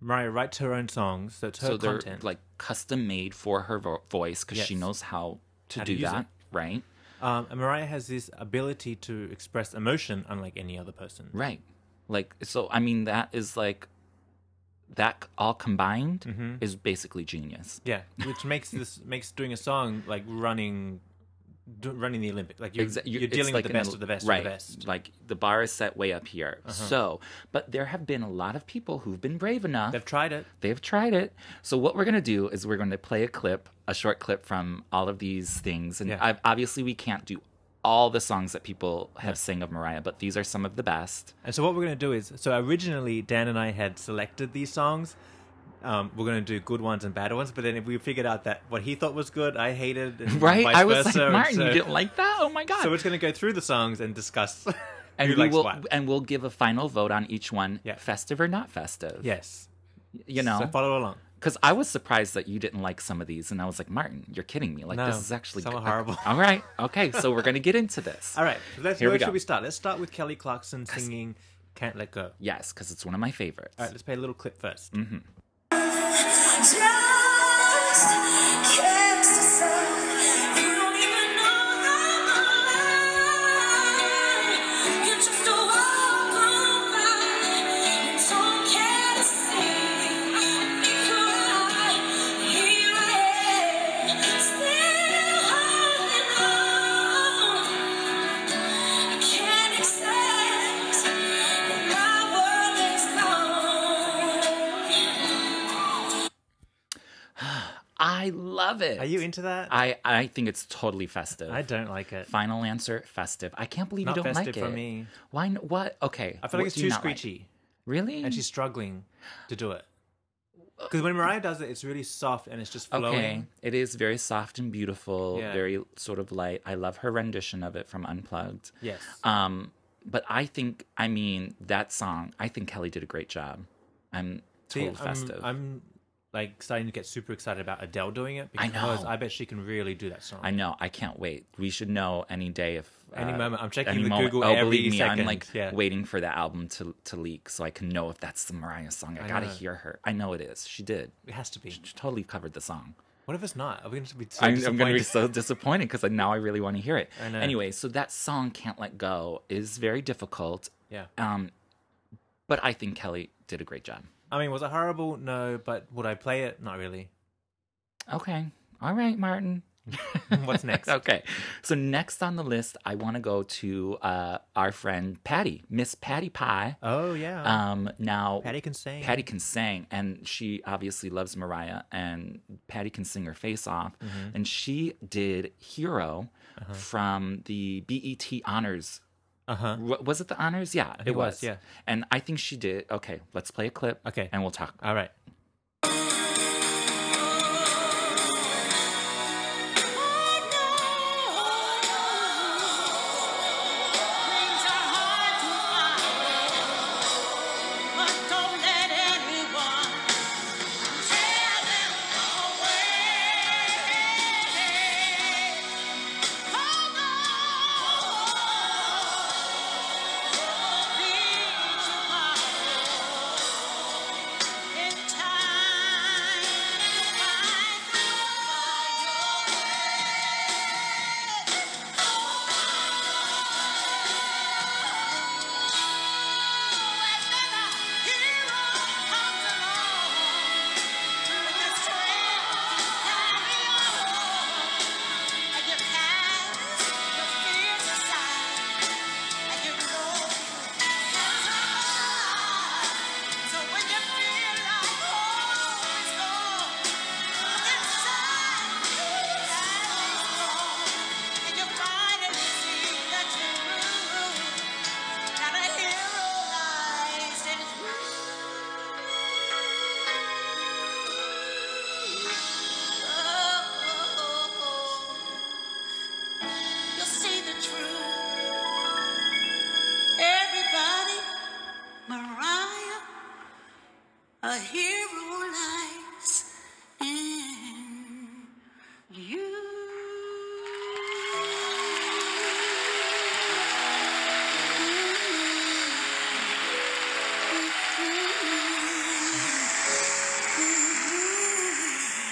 Mariah writes her own songs, so it's her
so they're
content.
like custom made for her vo- voice because she
Yes.
knows how to
How to
do
use
that.
it.
Right.
Um, and Mariah has this ability to express emotion unlike any other person.
Right. Like so I mean that is like that c- all combined
Mm-hmm.
is basically genius.
*laughs* Yeah, which makes this makes doing a song like running d- running the Olympic. Like you're,
Exa- you-
you're
it's
dealing
like
with the
an-
best of the best
right,
of the best. Uh-huh.
Like the bar is set way up here. So, but there have been a lot of people who've been brave enough.
They've tried it.
They've tried it. So what we're going to do is we're going to play a clip, a short clip from all of these things. And
Yeah.
i obviously we can't do all the songs that people have sung of Mariah, but these are some of the best.
And so what we're going to do is, so originally Dan and I had selected these songs. Um, we're going to do good ones and bad ones, but then if we figured out that what he thought was good, I hated,
*laughs*
and
Right?
Vice
I was
versa,
like,
and
Martin,
so,
you didn't like that? Oh my God.
So we're just going to go through the songs and discuss *laughs*
and
who
we
likes
will,
what.
and we'll give a final vote on each one,
Yeah.
festive or not festive.
yes,
you know,
so follow along.
Because I was surprised that you didn't like some of these, and I was like, Martin, you're kidding me. Like
No,
this is actually
some are
good.
*laughs* horrible.
All right, okay, so we're gonna get into this.
All right, so let's,
Here
where
we go.
should we start? Let's start with Kelly Clarkson singing "Can't Let Go."
Yes, because it's one of my favorites.
All right, let's play a little clip first.
Mm-hmm. I love it.
Are you into that?
I I think it's totally festive.
I don't like it.
Final answer: festive. I can't believe
Not
you don't like
festive
it.
for me.
Why? n- What? Okay.
I
what
feel like it's
do you
too
not like?
screechy.
Really?
and she's struggling to do it. Because when Mariah does it, it's really soft and it's just flowing.
okay. It is very soft and beautiful.
Yeah.
Very sort of light. I love her rendition of it from Unplugged.
Yes.
Um, but I think, I mean, that song, I think Kelly did a great job. I'm
See,
total festive.
I'm, I'm like starting to get super excited about Adele doing it
I
because
know.
I bet she can really do that song.
I know. I can't wait. We should know any day if uh,
Any moment. I'm checking
any
the Google
Oh,
every
believe me, I'm
second.
like
Yeah.
waiting for the album to to leak so I can know if that's the Mariah song. I,
I
gotta
know.
hear her. I know it is. She did.
It has to be.
She totally covered the song.
What if it's not? Are we going to be so
I'm, I'm gonna be
disappointed?
so disappointed because now I really want to hear it.
I know.
Anyway, so that song "Can't Let Go" is very difficult.
Yeah.
Um, but I think Kelly did a great job.
I mean, was it horrible? No, but would I play it?
*laughs*
Not really.
Okay. All right, Martin.
What's next?
Okay. So next on the list, I want to go to uh, our friend Patty, Miss Patty Pie.
Oh, yeah.
Um, now
Patty can sing.
Patty can sing, and she obviously loves Mariah, and Patty can sing her face off.
Mm-hmm.
And she did "Hero"
Uh-huh.
from the BET Honors.
Uh huh.
Wa- Was it the honors? Yeah, it
it was,
was.
yeah.
and I think she did. Okay, let's play a clip.
Okay.
and we'll talk.
All right.
You'll see the truth. Everybody, Mariah, a hero lies in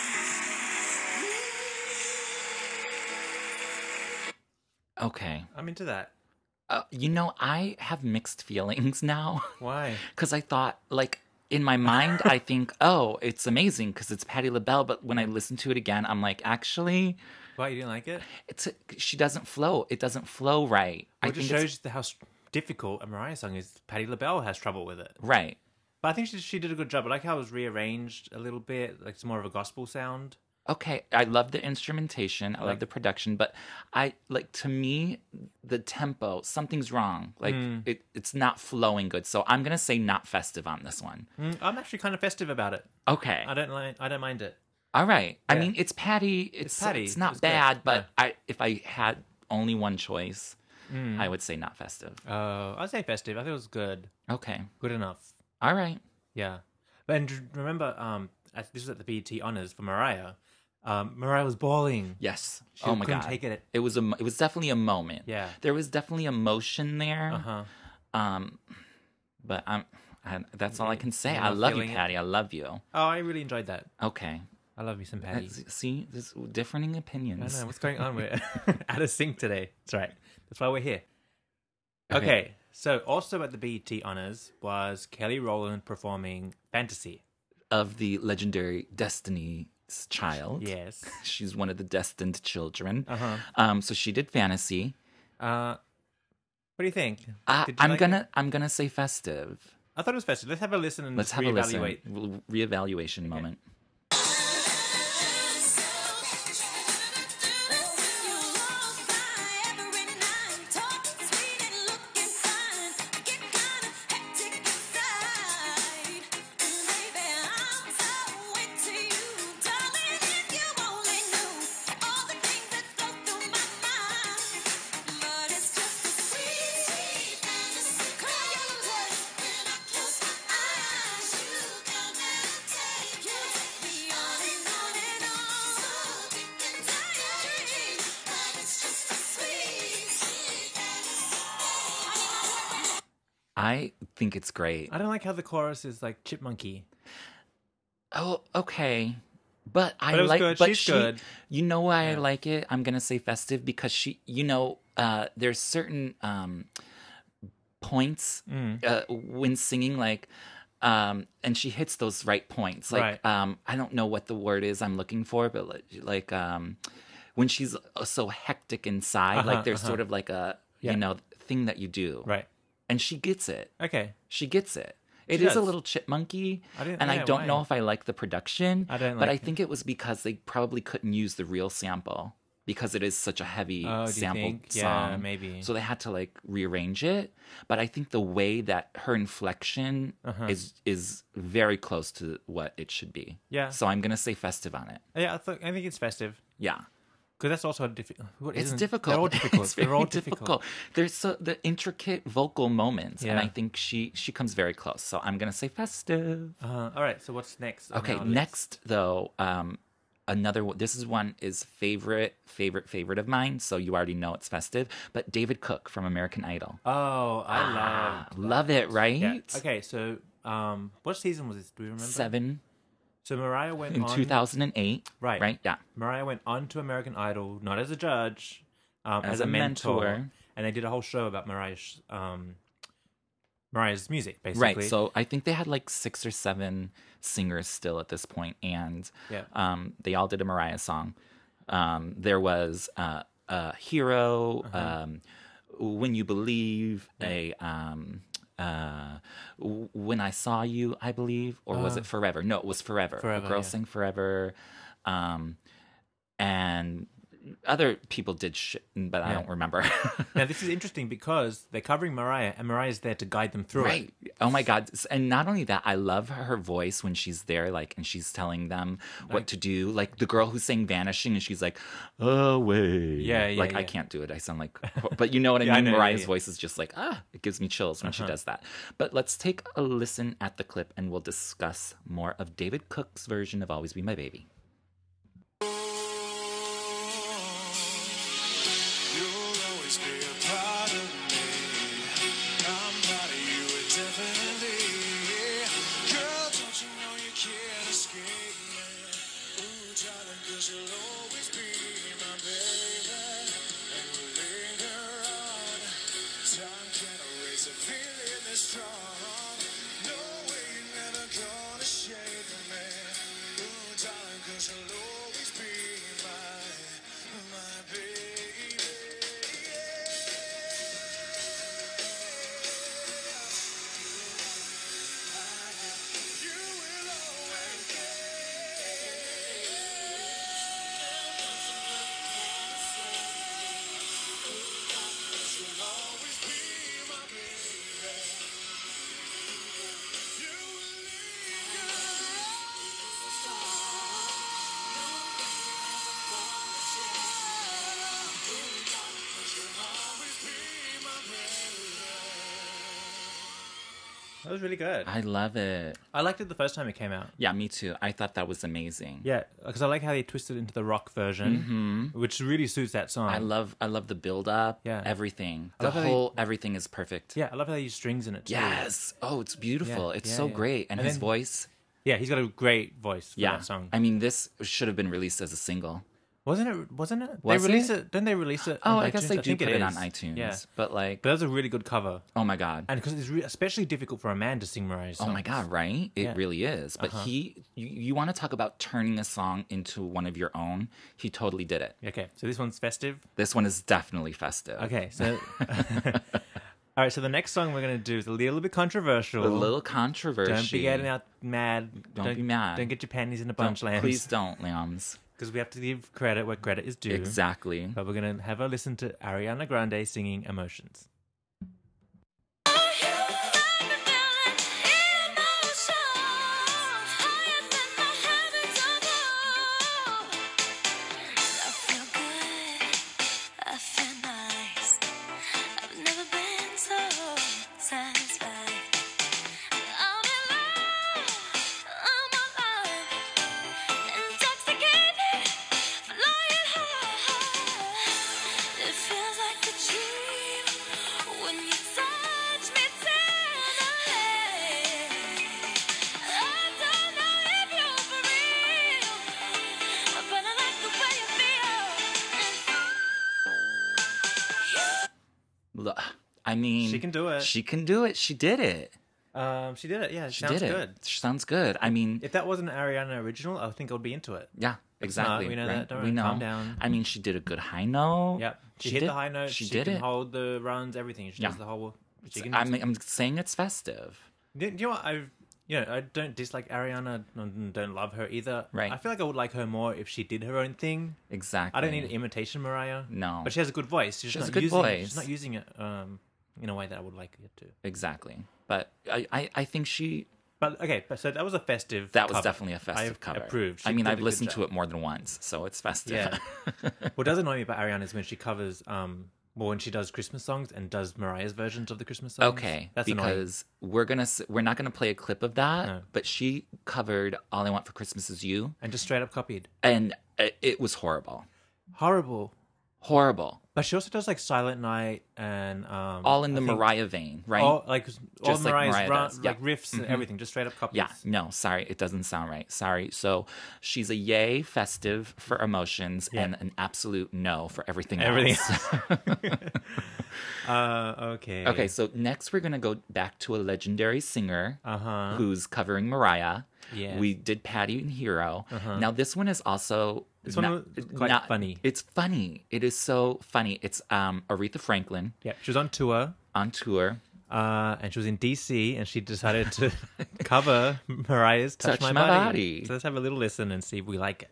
Uh-huh.
Okay.
I'm into that.
Uh, you know, I have mixed feelings *laughs* now.
Why?
because I thought, like, in my mind,
*laughs*
I
Mm.
think, oh, it's amazing because it's Patti LaBelle. But when I listen to it again, I'm like, actually,
Why you didn't like it?
It's she doesn't flow. It doesn't flow right.
Well, it just
it's-
shows the how s- difficult a Mariah song is. Patti LaBelle has trouble with it,
right.
but I think she she did a good job. I like how it was rearranged a little bit, like it's more of a gospel sound.
Okay, I love the instrumentation. I love the production, but I like to me the tempo. Something's wrong. Like
Hmm.
it, it's not flowing good. So I'm gonna say not festive on this one.
Mm, I'm actually kind of festive about it.
Okay,
Hmm. I don't like. I don't mind it.
all right. I
Yeah.
mean, it's Patty. It's, it's
Patty.
It's not
It's good.
bad, but
Yeah. Hmm.
I if I had only one choice, I would say not festive.
Uh, I'd say festive. I think it was good.
Okay,
Good enough.
all right.
Yeah. But and r- remember, um, at, this was at the BET Honors for Mariah. Um, Mariah was bawling.
Yes.
She
oh my
couldn't
god.
take it.
It was a. mo- It was definitely a moment.
Yeah.
There was definitely emotion there.
Uh huh.
Um, but I'm. I, that's all I can say.
You're
I
not
love you,
feeling it?
Patty. I love you.
Oh, I really enjoyed that.
Okay.
I love me some Patty.
That's, see, there's differing
I
opinions.
don't know what's going on. We're *laughs* out of sync today. That's right. That's why we're here.
Okay.
Okay. So also at the BET Honors was Kelly Rowland performing Fantasy.
Of the legendary Destiny's Child.
Yes.
She's one of the destined children.
Uh-huh.
Um, so she did fantasy.
Uh, what do you think?
I,
Did you
Uh, I'm
like
gonna.
it?
I'm gonna say festive.
I thought it was festive. Let's have a listen and
Let's
just
have a listen.
reevaluate.
Re- Reevaluation moment. I think it's great.
I don't like how the chorus is like chipmunky.
Oh, okay. But I
But it was
like
good.
but
She's
she,
good.
You know why I like it? I'm gonna say festive because she you know, uh there's certain um points
Mm.
uh, when singing like um and she hits those right points. Like
Right.
um I don't know what the word is I'm looking for, but like, like um when she's uh, so hectic inside,
Uh-huh,
like there's
uh-huh.
sort of like a
Yeah.
you know, thing that you do.
Right.
And she gets it
Okay.
she gets it. It is
She
a
does.
little chipmunky,
I didn't-
and I
yeah,
don't know
why?
if I like the production.
I don't
but
like
I
it.
think it was because they probably couldn't use the real sample because it is such a heavy
Oh, do you
sample
think?
song.
Yeah, maybe.
So they had to like rearrange it. But I think the way that her inflection
Uh-huh.
is is very close to what it should be.
Yeah.
So I'm gonna say festive on it.
Yeah, I, th- I think it's festive
Yeah.
because that's also a diffi- what
It's
isn't-
difficult.
They're all difficult.
*laughs* it's
they're
very
all
difficult.
difficult.
There's so the intricate vocal moments, and
Yeah.
I think she she comes very close. So I'm gonna say festive.
Uh, all right. So what's next? on
Okay,
our list?
next though, um, another one. This is one is favorite, favorite, favorite of mine. So you already know it's festive. But David Cook from American Idol,
Oh,
Ah.
I love.
love it, right?
Yeah. Okay. So, um, what season was this? Do we remember?
Seven
So Mariah went
in
on.
two thousand and eight.
Right.
Right. Yeah.
Mariah went on to American Idol, not as a judge, um,
As a
as, a mentor,
mentor.
and they did a whole show about Mariah's um, Mariah's music, basically.
Right. So I think they had like six or seven singers still at this point, and
Yeah.
um, they all did a Mariah song. Um, there was uh, a hero,
Uh-huh.
um, when you believe, a um, uh, W- when I saw you, I believe, or was it forever? No, it was forever.
Uh. Forever,
a girl
yeah.
sang forever, um, and other people did shit, but I
Yeah.
don't remember. *laughs*
now this is interesting because they're covering Mariah, and Mariah's there to guide them through
Right.
it.
Oh my God. S- And not only that, I love her voice when she's there, like, and she's telling them what to do. Like the girl who sang Vanishing, and she's like, away.
Yeah, yeah,
Like, I
yeah.
can't do it. I sound like, but you know what I
*laughs* Yeah, I
mean?
know, yeah, Uh-huh.
Mariah's
yeah.
voice is just like, ah, it gives me chills when she does that. But let's take a listen at the clip and we'll discuss more of David Cook's version of Always Be My Baby.
You'll always be a part of me. I'm part of you indefinitely. Girl, don't you know you can't escape me? Ooh, darling, cause you'll always be my baby. And later on, time can erase a feeling this strong. No way you're never gonna shake me. Ooh, darling, 'cause
That was really good. I,
I love it.
liked it the first time it came out.
Yeah, me too. I thought that was amazing.
Yeah, because I like how they twisted it into the rock version, which really suits that song.
Mm-hmm. I love I love the build up.
Yeah.
Everything.
I
The
love how they-
whole everything is perfect.
yeah, I love how they use strings in it. Too.
Yes. Oh, it's beautiful.
Yeah,
it's
yeah,
so
yeah.
great. And,
And
his
then-
voice.
yeah, he's got a great voice for
Yeah.
that song.
I mean, this should have been released as a single.
Wasn't it? Wasn't it?
Was
they released
it?
it? Didn't they release it?
Oh,
on
I guess
iTunes?
they do
think
put it on
is.
iTunes.
Yeah,
But like,
but that was a really good cover,
oh my god.
and because it's re- especially difficult for a man to sing Mariah's.
Oh my
songs.
god, right? It
Yeah. Uh-huh.
really is. But he you, you want to talk about turning a song into one of your own? He totally did it.
Okay, so this one's festive.
This one is definitely festive.
Okay,
*laughs*
so *laughs* all right, so the next song we're gonna do is a little bit controversial.
A little controversy.
Don't be getting out mad.
Don't be mad.
Don't get your panties in a
Don't-
bunch, Lance.
Please
*laughs*
don't, lambs.
because we have to give credit where credit is due.
Exactly.
But we're gonna have a listen to Ariana Grande singing "Emotions."
oh It feels like a dream when you touch me tenderly. I don't know if you're for real, but I like the way you feel.
Look, I mean,
She can do it.
She can do it. She did it.
Um, she did it. Yeah, it
She
sounds
did it.
good.
She sounds good. I mean,
If that wasn't an Ariana original, I think I would be into it.
yeah, exactly.
we know
right?
that. Don't
we
worry.
know.
Calm down.
I mean, she did a good high note.
Yep. She, hit
did-
the high notes.
Oh, She,
She,
did
can
it.
hold the runs, everything. She
Yeah.
does the whole. She can.
I'm, I'm saying it's festive.
Do you know what? I've you know I don't dislike Ariana. n- Don't love her either.
Right.
I feel like I would like her more if she did her own thing.
Exactly.
I don't need an imitation Mariah.
No.
But she has a good voice. She's
She
just
has a
not
good
using,
voice.
She's not using it um in a way that I would like it to.
Exactly. But I, I, I think she
But okay, but so that was a festive.
that was
cover.
definitely a festive
I've
cover.
Approved.
I mean, I've listened to it more than once, so it's festive.
Yeah. What does annoy me about Ariana is when she covers um. Well, when she does Christmas songs and does Mariah's versions of the Christmas songs.
*laughs* okay.
that's annoying.
because we're gonna s- we're not gonna play a clip of that,
No.
but she covered "All I Want for Christmas Is You,"
And just straight up copied.
and it, it was horrible,
Horrible.
horrible.
But she also does like Silent Night and um,
All in the
I think-
Mariah vein, right?
all like all
Just like
Mariah's
Mariah
run,
does,
like
yeah. Mm-hmm.
riffs and everything, just straight up copies.
yeah, no, sorry, it doesn't sound right. Sorry. So she's a yay festive for emotions and an absolute no for everything,
Everything
else. *laughs*
Uh, okay.
Okay, so next we're gonna go back to a legendary singer
Uh-huh.
who's covering Mariah.
Yes. Uh-huh.
We did Patty and Hero. Now this one is also
This one was quite funny.
It's funny. It is so funny. It's um, Aretha Franklin
Yeah, she was on tour,
on tour.
uh, and she was in DC, and she decided to *laughs* cover Mariah's "Touch,
Touch My Body.
So let's have a little listen and see if we like it.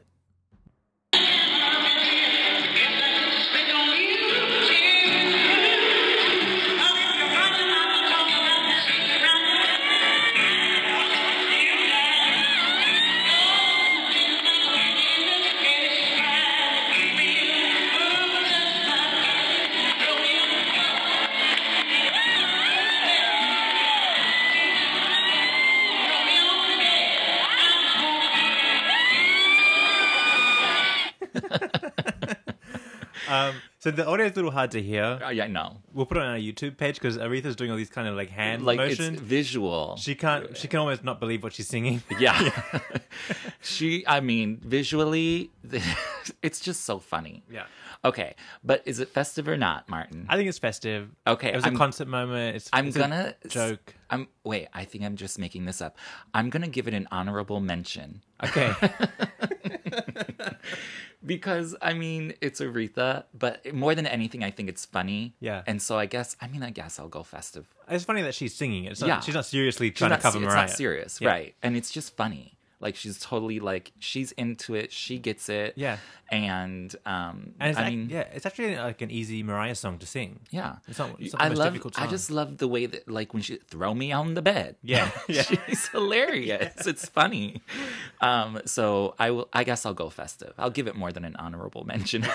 Um, So the audio is a little hard to hear.
Uh, yeah, no,
We'll put it on our YouTube page because Aretha's doing all these kind of like hand
like
motions.
it's visual.
she can't. She can almost not believe what she's singing. *laughs*
yeah, she. I mean, visually, *laughs* it's just so funny.
Yeah.
Okay, but is it festive or not, Martin?
I think it's festive.
Okay,
it was
I'm-
a concert moment. It's,
I'm
it's
gonna
a
s-
joke.
*laughs* I'm wait. I think I'm just making this up. I'm gonna give it an honorable mention
Okay,
because I mean it's Aretha, but more than anything, I think it's funny.
Yeah.
And so I guess I mean I guess I'll go festive.
it's funny that she's singing. It's not,
Yeah.
she's not seriously
She's
trying
not
to cover
se-
Mariah.
It's not serious,
Yeah.
right? And it's just funny. Like she's totally like she's into it. She gets it.
Yeah.
And um,
And it's
I
ac-
mean,
yeah, it's actually like an easy Mariah song to sing.
yeah.
It's not- it's not the
I
most
love.
difficult
I
song.
just love the way that like when she throw me on the bed. *laughs*
Yeah, yeah.
She's
*laughs*
hilarious. It's funny. Um, so I will. I
*laughs*
guess I'll go festive. I'll give it more than an honorable mention.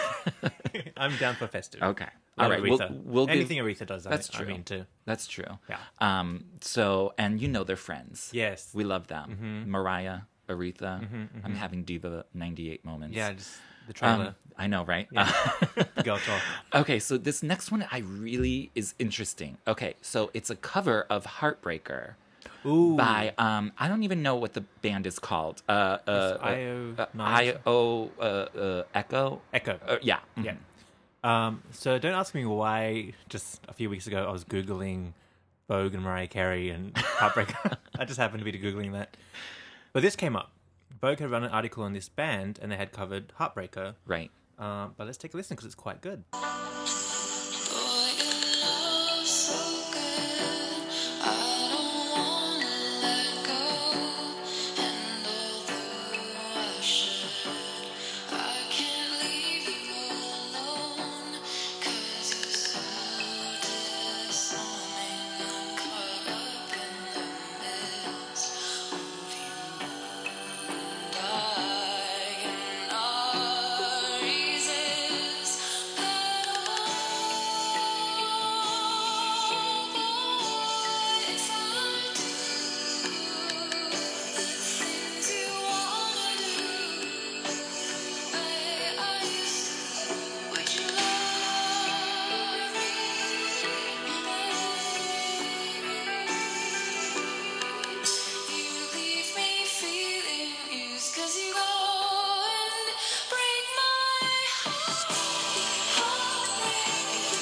I'm down for festive.
okay. All
Love
right, we'll-
Aretha.
we'll give-
anything Aretha does. I-
That's
I,
true.
mean, too.
That's true.
Yeah.
Um. So, and you know they're friends.
Yes. Mm-hmm.
We love them. Mariah, Aretha. I'm having diva 98 moments.
yeah, just the
Um,
trailer.
I know, right?
Girl
*laughs*
talk.
Okay, so this next one I really is interesting. Okay, so it's a cover of Heartbreaker
Ooh.
by um I don't even know what the band is called. Uh uh, uh
IO
uh,
Knives.
IO uh, uh Echo.
Echo.
Uh, yeah. mhm.
Yeah. Um, so don't ask me why. Just a few weeks ago, I was googling Vogue and Mariah Carey and
*laughs*
Heartbreaker. I just happened to be googling that, but this came up. Vogue had run an article on this band, and they had covered Heartbreaker.
Right.
Uh, but let's take a listen because it's quite good.
Cause you go and break my heart, heartbreak.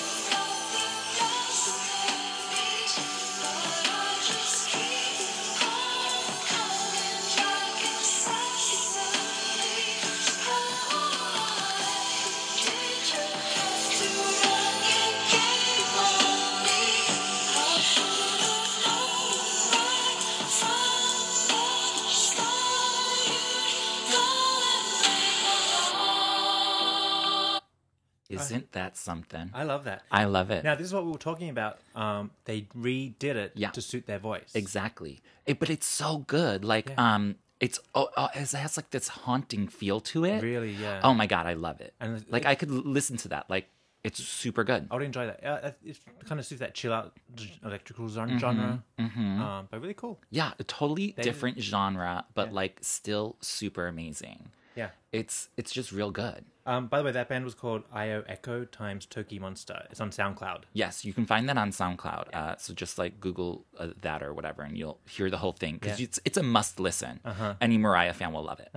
Isn't that something?
Uh, I love that.
I love it.
Now, this is what we were talking about. Um, they redid it
Yeah.
to suit their voice.
Exactly. It, but it's so good. Like um it's oh, oh, it has like this haunting feel to it.
Really, yeah.
Oh my god, I love it.
And it-
like I could l- listen to that. Like it's super good.
I would enjoy that. Uh, it kind of suits that chill out j- electrical zon-
Mm-hmm,
genre, Um, but really cool.
Yeah, a totally
They-
different genre, but like still super amazing.
Yeah.
It's it's just real good.
Um, by the way, that band was called Io Echo times Toki Monster. It's on SoundCloud.
Yes, you can find that on SoundCloud. Uh, so just like Google uh, that or whatever, and you'll hear the whole thing because
Yeah. Uh-huh.
it's it's a must listen. Any Mariah fan will love it.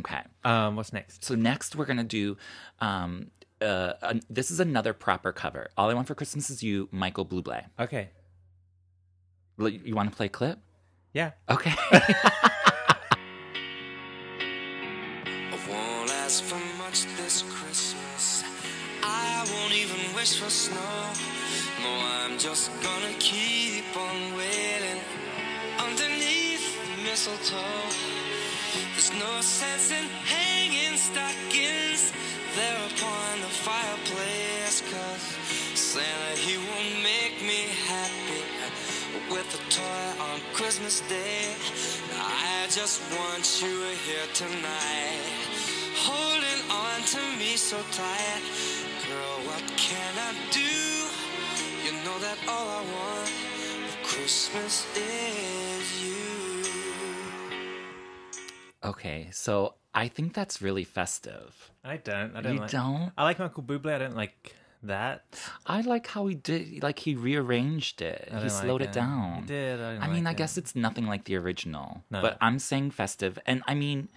Okay.
Um, what's next?
So next we're gonna do. Um, uh, an- this is another proper cover. All I want for Christmas is you, Michael Bublé.
Okay.
L- You want to play a clip?
Yeah.
Okay. *laughs*
I won't ask for much this Christmas. I won't even wish for snow. No, I'm just gonna keep on waiting underneath the mistletoe. There's no sense in hanging stockings there upon the fireplace, cause Santa, he won't make me happy with a toy on Christmas Day. I just want you here tonight, holding on to me so tight. Girl, what can I do? You know that all I want for Christmas is you.
okay. So I think that's really festive.
I don't. I don't.
You
like,
don't?
I like Michael Bublé. I don't like that.
I like how he did. Like he rearranged it. He
I don't like
slowed it,
it.
down.
He did, I didn't
mean,
like
I
it.
guess it's nothing like the original.
No.
But I'm saying festive, and I mean,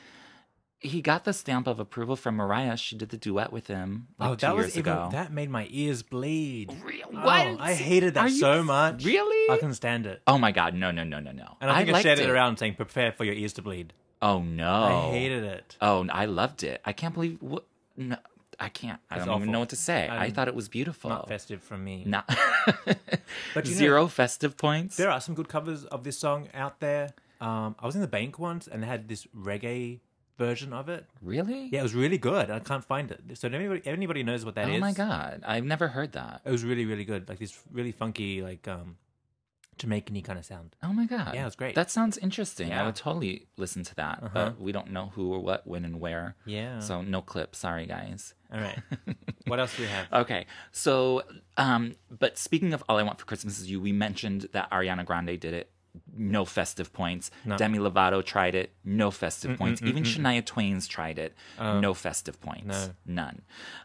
he got the stamp of approval from Mariah. She did the duet with him. Like,
oh,
two
that
years
was
ago.
even. That made my ears bleed.
Re-
Oh,
what?
I hated that
Are you-
so much.
Really?
I can stand it.
Oh my God! No, no, no, no, no.
And I think I,
liked
shared it. around saying, "Prepare for your ears to bleed."
Oh no!
I hated it.
Oh, n- I loved it. I can't believe what. No, I can't. I
It's
don't even
awful.
know what to say. I,
I'm
thought it was beautiful.
Not festive from me.
Not- *laughs*
But you know-
zero festive points.
There are some good covers of this song out there. Um, I was in the bank once and they had this reggae version of it.
Really?
Yeah, it was really good. I can't find it. So if anybody, if anybody knows what that
oh
is.
my God! I've never heard that.
It was really, really good. Like this really funky, like um, Jamaican-y kind of sound.
Oh my god!
Yeah, it was great.
That sounds interesting. I
Yeah.
would totally listen to that,
Uh-huh.
but we don't know who or what, when, and where. *laughs*
Yeah.
So no clip. Sorry, guys.
All right. What else do we have?
Okay. So, um, but speaking of All I Want for Christmas Is You, we mentioned that Ariana Grande did it. No festive points. Demi Lovato tried it. No festive points. Even Shania Twain's tried it. no festive points. None.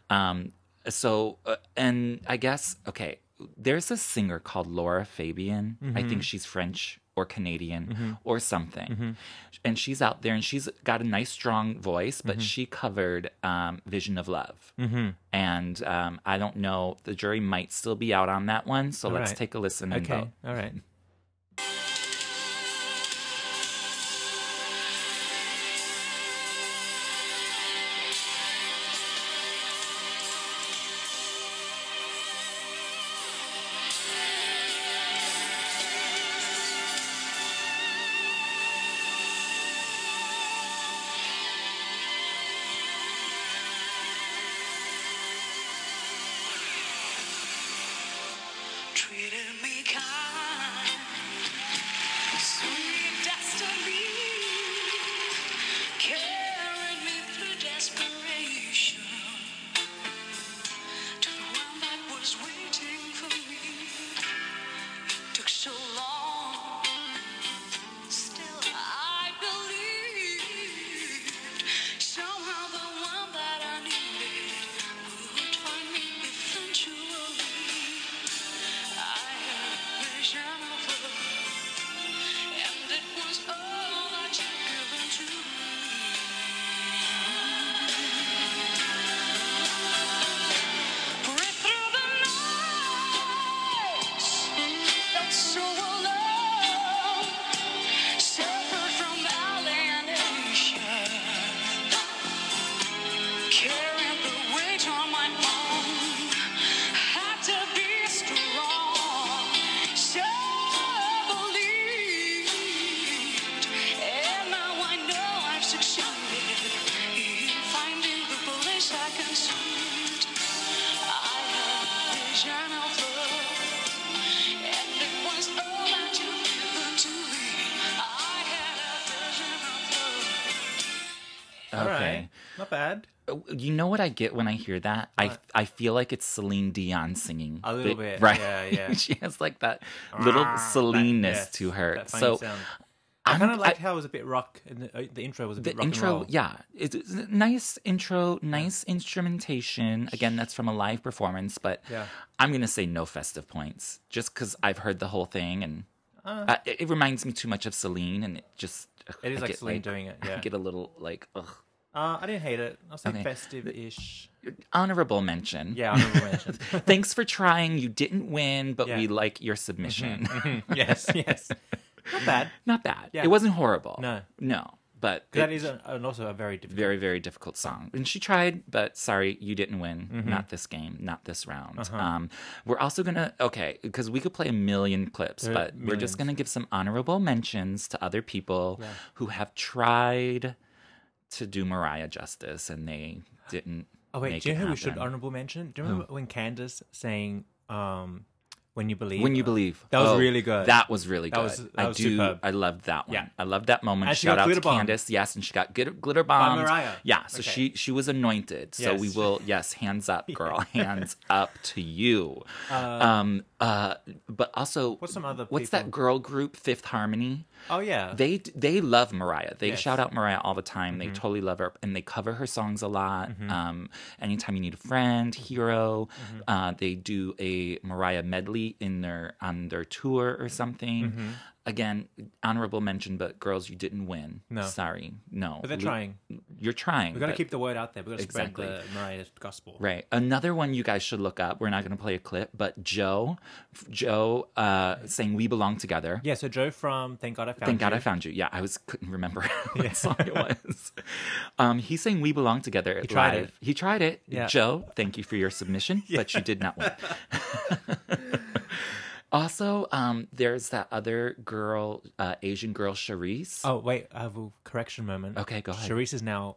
Um, so, uh, and I guess, okay, there's a singer called Laura Fabian. I think she's French or Canadian or something. And she's out there and she's got a nice, strong voice, but she covered um, Vision of Love. And um, I don't know, the jury might still be out on that one. So let's
right.
take a listen and
Okay.
vote.
All right.
treated me kind. Sweet destiny carried me through desperation to the one that was waiting for me. It took so long. Still, I believed somehow the one that I needed would find me eventually. Carrying the weight on my own had to be strong. So I believed, and now I know I've succeeded in finding the place I consumed. I had vision of love, and it was all that you've given to me. I had a vision of love.
All right.
Okay. Uh,
Not bad.
You know what I get when I hear that? I I feel like it's Celine Dion singing
A little
But-
bit,
right?
yeah,
*laughs*
yeah.
she has like that little Celine-ness to her.
Ah, That fine
so
sound. I
I'm-
kind of liked
I-
how it was a bit rock, and the, uh, the intro was a bit
the
rock and
intro,
roll.
yeah, it's, it's a nice intro, nice instrumentation. Again, that's from a live performance, but
Yeah.
I'm gonna say no festive points just because I've heard the whole thing and uh, it, it reminds me too much of Celine, and it just ugh,
It is
I
like
get,
Celine doing it,
I
yeah.
get a little like ugh.
Uh, I didn't hate it. I was
Okay.
like festive-ish.
honorable mention.
Yeah, honorable
*laughs*
mention.
Thanks for trying. You didn't win, but
Yeah.
we like your submission.
yes, yes. Not bad.
*laughs* Not bad.
Yeah.
It wasn't horrible.
No.
No. But
That
it-
is a, and also a very difficult.
very, very difficult song. And she tried, but sorry, you didn't win.
Mm-hmm.
Not this game, not this round.
Uh-huh.
Um, we're also going to, okay, because we could play a million clips,
There are
but we're just
Uh, millions.
going to give some honorable mentions to other people who have tried to do Mariah justice and they didn't.
Oh wait,
make
do you
it
know who we should
happen.
honorable mention? Do you remember when Candace sang um, "When You Believe"?
When you believe.
That was
Oh,
really good.
That was really
That
good.
was- that
I
was
do.
superb.
I loved that one.
Yeah.
I loved that moment.
And she
Shout
got
out
glitter
to
bombed.
Candace. Yes, and she got glitter, glitter bombed.
Mariah.
Yeah. So
Okay.
she she was anointed. So we
Yes.
will. Yes. Hands up,
*laughs*
girl. hands up to you. um. Uh. But also,
What's some other
What's that
people?
girl group? Fifth Harmony.
Oh yeah.
They they love Mariah. They
Yes. Mm-hmm.
shout out Mariah all the time. They totally love her, and they cover her songs a lot. Um, anytime you need a friend, hero.
Mm-hmm.
Uh, they do a Mariah medley in their on their tour or something.
Mm-hmm.
Again, honorable mention, but girls, you didn't win.
No.
sorry, no.
but they're
We-
trying.
You're trying.
We've got to
but-
keep the word out there. We've got to
Exactly.
spread the Mariah's gospel.
Right. Another one you guys should look up. We're not going to play a clip, but Joe, Joe, uh, saying "We Belong Together."
Yeah. So Joe from Thank God I Found
Thank
You.
God I found you. Yeah, I was couldn't remember *laughs* what song it was. Um, he's saying we belong together. He
tried it.
He tried it.
Yeah.
Joe, thank you for your
*laughs*
submission, but you did not win. *laughs* also, um, there's that other girl, uh, Asian girl, Charisse.
Oh wait, I have a correction moment.
Okay, go ahead.
Sharice is now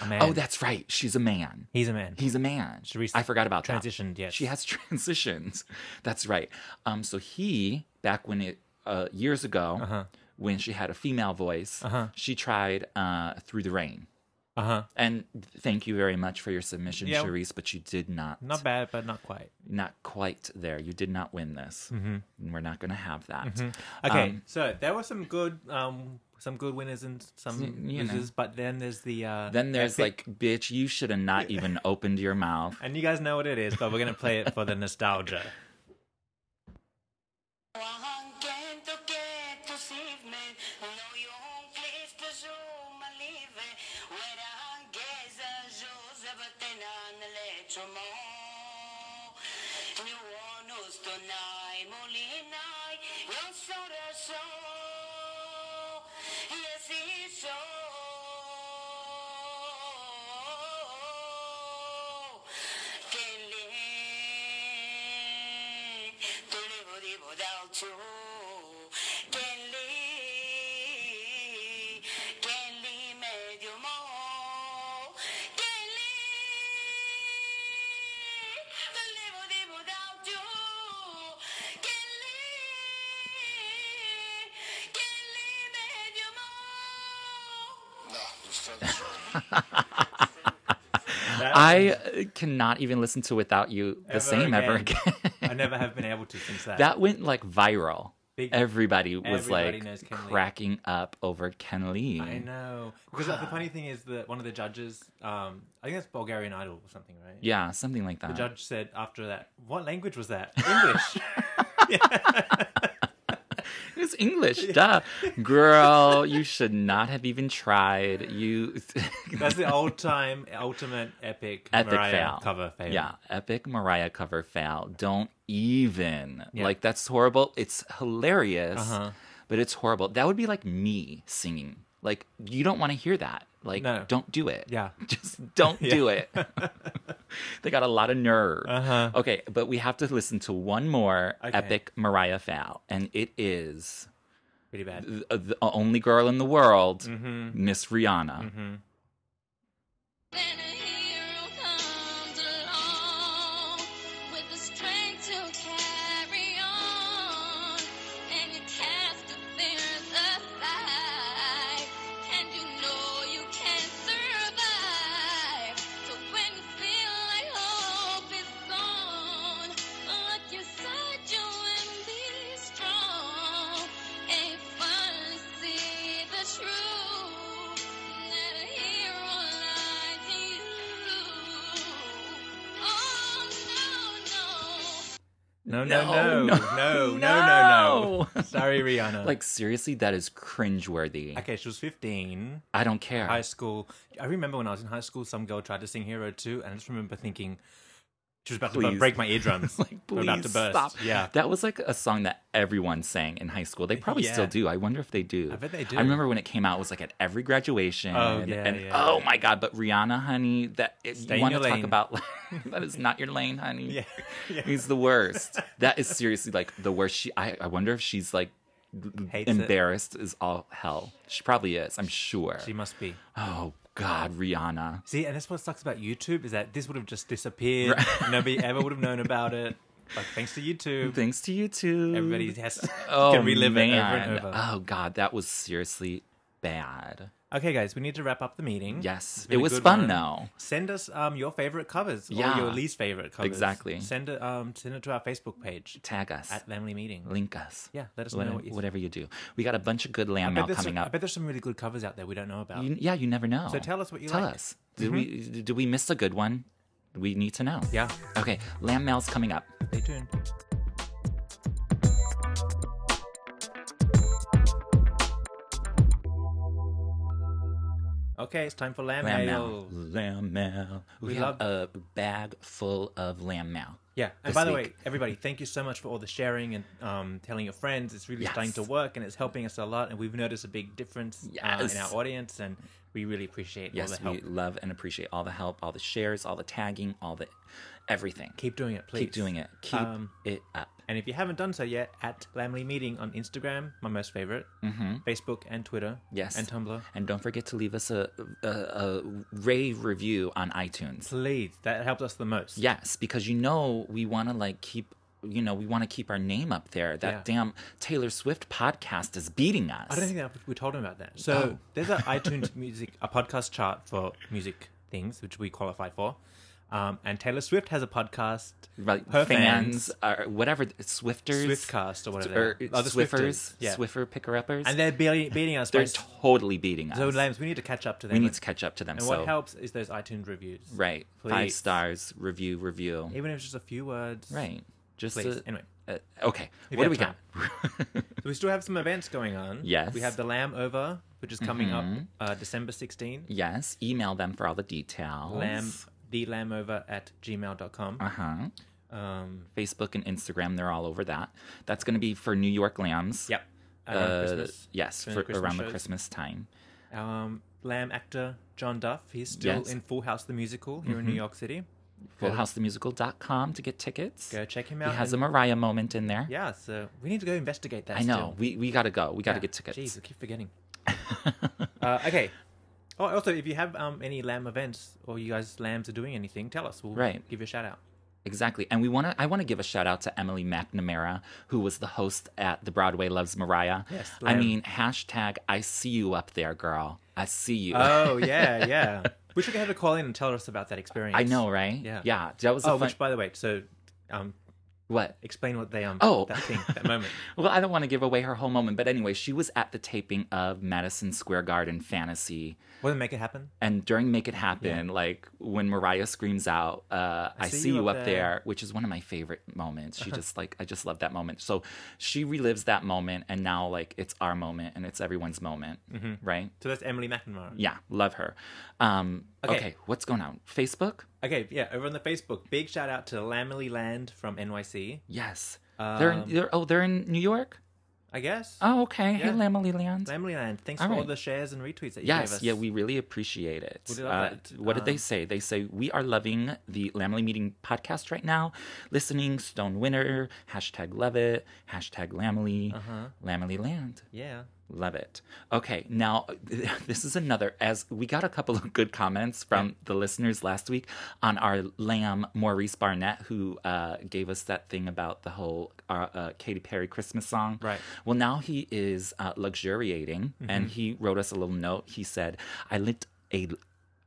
a man.
Oh, that's right. She's a man.
he's a man.
He's a man.
Charisse
I forgot about
transitioned,
That.
yes.
she has *laughs* transitions. That's right. Um, so he back when it uh,
Uh-huh.
years ago when she had a female voice, she tried uh, through the rain.
Uh huh.
And thank you very much for your submission,
Yeah.
Charisse, but you did not.
Not bad, but not quite.
Not quite there. You did not win this. Mm-hmm. And we're not going to have that.
Mm-hmm. Okay,
Um,
so there were some good, um, some good winners and some
you know.
losers, but then there's the uh,
then there's
epic-
like, bitch, you should have not even opened your
*laughs*
mouth.
and you guys know what it is, but we're gonna play it for
*laughs*
the nostalgia.
Kelly, Kelly medio mo, Kelly, the level they without you, Kelly, Kelly medio mo.
That
I cannot even listen to Without You the
Ever
same ever
again.
again. *laughs*
I never have been able to since that.
that went like viral.
Big-
everybody was
everybody knows
like
Ken Lee.
cracking up over Ken Lee.
I know because the funny thing is that one of the judges, um, I think that's Bulgarian Idol or something, right?
Yeah, something like that.
The judge said after that, "What language was that?
*laughs*
English."
It was
*laughs*
English, duh. Girl, you should not have even tried. You *laughs*
That's the old time ultimate epic,
epic
Mariah
fail.
cover fail.
Yeah, epic Mariah cover fail. Don't even.
Yeah.
Like that's horrible. It's hilarious,
Uh-huh.
but it's horrible. That would be like me singing. Like you don't want to hear that. Like
No.
don't do it.
Yeah.
*laughs* Just
*laughs*
don't do it. *laughs* they got a lot of nerve. *laughs*
Uh-huh.
Okay, but we have to listen to one more
Okay.
epic Mariah foul, and it is
pretty bad.
the, the only girl in the world,
Mm-hmm.
Miss Rihanna.
Then a hero comes along with the strength to carry on, and you cast the fears aside, and you know you can survive. So when you feel like hope is gone, look inside you and be strong, and you finally see the truth that a hero lies in you. Oh no no.
No, no,
No,
no,
no,
no, no, no, no.
no.
Sorry, Rihanna.
Like seriously, that is cringeworthy.
okay, she was 15,
I don't care.
high school. I remember when I was in high school, some girl tried to sing Hero 2, and I just remember thinking she was about to
Please.
bu- break my
*laughs* *laughs*
eardrums.
like,
They're
please
about to burst.
stop.
Yeah.
that was like a song that everyone sang in high school. They probably
Yeah.
still do. I wonder if they do.
I bet they do.
I remember when it came out, it was like at every graduation.
Oh, yeah,
and
yeah.
oh my god! But Rihanna, honey, that if you
Stay in
want to
your
talk
lane. *laughs*
about *laughs* that is not your lane, honey.
Yeah. *laughs*
*laughs*
yeah.
He's the worst. That is seriously like the worst. She, I, I wonder if she's like
Hates it.
embarrassed as all hell. She probably is. I'm sure.
She must be.
oh God, Rihanna.
See, and that's what sucks about YouTube is that this would have just disappeared. *laughs* Nobody ever would have known about it. But thanks to YouTube,
Thanks to you too.
everybody has
*laughs*
*laughs*
oh,
can relive
man.
it over and over.
Oh God, that was seriously bad.
Okay, guys, we need to wrap up the meeting.
Yes,
It's been
it
a
was
good
fun, though.
Send us um, your favorite covers
Yeah.
or your least favorite covers.
Exactly.
Send it um, send it to our Facebook page
Tag us,
at Lamley Meeting.
link us.
Yeah, let us
Whatever,
know what you think.
whatever you do. We got a bunch of good
I
land
bet,
mail
there's
coming
some, I
up.
bet there's some really good covers out there we don't know about.
You- yeah, you never know.
So tell us what you
tell
like. Mm-hmm.
us. Did we did we miss a good one? We need to know.
Yeah,
Okay, land mail's coming up.
stay tuned. Okay, it's time for lamb
Lamb
mail.
mail. Lamb mail. We,
Oh, We
have a bag full of lamb mail.
Yeah, and
this
by the
week.
way, everybody, thank you so much for all the sharing and um, telling your friends. It's really
Yes.
starting to work, and it's helping us a lot. And we've noticed a big difference uh, in
Yes.
our audience, and we really appreciate all
Yes,
the help.
we love and appreciate all the help, all the shares, all the tagging, all the everything.
Keep doing it, please.
Keep doing it. Keep
Um,
it up.
And if you haven't done so yet, at Lamley Meeting on Instagram, my most favorite, mm-hmm. Facebook and Twitter,
Yes.
and Tumblr.
And don't forget to leave us a, a, a rave review on iTunes.
Please, that helps us the most.
Yes, because you know we want to like keep you know, we want to keep our name up there. That
Yeah.
damn Taylor Swift podcast is beating us.
I don't think that we told him about that.
Oh.
So *laughs*
*laughs*
there's an iTunes music, a podcast chart for music things, which we qualify for. Um, and Taylor Swift has a podcast.
Right,
Her
fans, or whatever, Swifters,
Swiftcast or whatever
or
they are. Oh, the
Swiffers,
Swifters, yeah.
Swiffer picker uppers.
And they're beating, beating us.
they're
by-
totally beating us.
so, Lambs, we need to catch up to them.
we need to catch up to them.
And
so
what helps is those iTunes reviews.
right, five
Please.
stars, review, review.
Even if it's just a few words.
right, just
Please.
a-
anyway.
uh, okay.
If
what do
you
we
have
got? *laughs*
So we still have some events going on.
Yes. Mm-hmm.
We have the Lamb Over, which is coming up uh, December 16th.
yes, email them for all the details.
Lamb, the Lamb Over at gmail.com.
Uh huh.
Um,
Facebook and Instagram, they're all over that. That's going to be for New York Lambs.
yep. Around
Uh,
Christmas.
Yes,
During
for,
the Christmas
around the
shows.
Christmas time.
Um, Lamb actor John Duff, he's still
Yes. Mm-hmm.
in Full House the Musical here in New York City.
FullHouseTheMusical.com to get tickets.
Go check him
He
out.
has a
and-
Mariah moment in there.
Yeah, so we need to go investigate that.
I know. We, we got to go. We got to get tickets.
Jeez, I keep
*laughs*
forgetting. uh, okay. Oh, also, if you have um, any Lamb events or you guys Lambs are doing anything, tell us. We'll
Right.
give you a
*laughs*
shout out.
Exactly. And we want to I want to give a shout out to Emily McNamara who was the host at the Broadway Loves Mariah.
Yes,
I
Lamb.
mean, hashtag I see you up there, girl. *laughs* I see you.
Oh yeah, yeah. We should have to call in and tell us about that experience.
I know, right?
Yeah.
Yeah. That was a
Oh,
fun
which by the way, so um,
what?
explain what they um.
Oh.
that thing,
*laughs*
that moment.
Well, I don't want to give away her whole moment, but anyway, she was at the taping of Madison Square Garden Fantasy.
Will they make it happen?
And during Make It Happen, like when Mariah screams out, uh, I, see, you up there. Uh-huh. which is one of my favorite moments. She just like, I just love that moment. So she relives that moment, and now like it's our moment and it's everyone's moment, right?
So that's Emily McNamara.
Yeah, love her. Um, okay.
Okay.
what's going on? Facebook?
Okay, yeah. Over on the Facebook, big shout out to Lamely Land from NYC.
Yes. they're, in, they're oh they're in New York.
I guess.
Oh okay. Hey
Yeah.
Lamely Land.
Lamely Land. Thanks
All
for all
right.
the shares and retweets that you gave
Yes,
us.
yeah, we really appreciate it. Uh,
We love that.
What did they
Um,
say? They say we are loving the Lamely Meeting podcast right now. Listening, Stone Winner, hashtag love it, hashtag Lamely,
Uh-huh.
uh Lamely Land.
Yeah.
Love it. Okay, now *laughs* this is another. As we got a couple of good comments from the listeners last week on our lamb Maurice Barnett, who uh, gave us that thing about the whole uh, uh, Katy Perry Christmas song.
Right.
Well, now he is uh, luxuriating, and he wrote us a little note. He said, "I lit a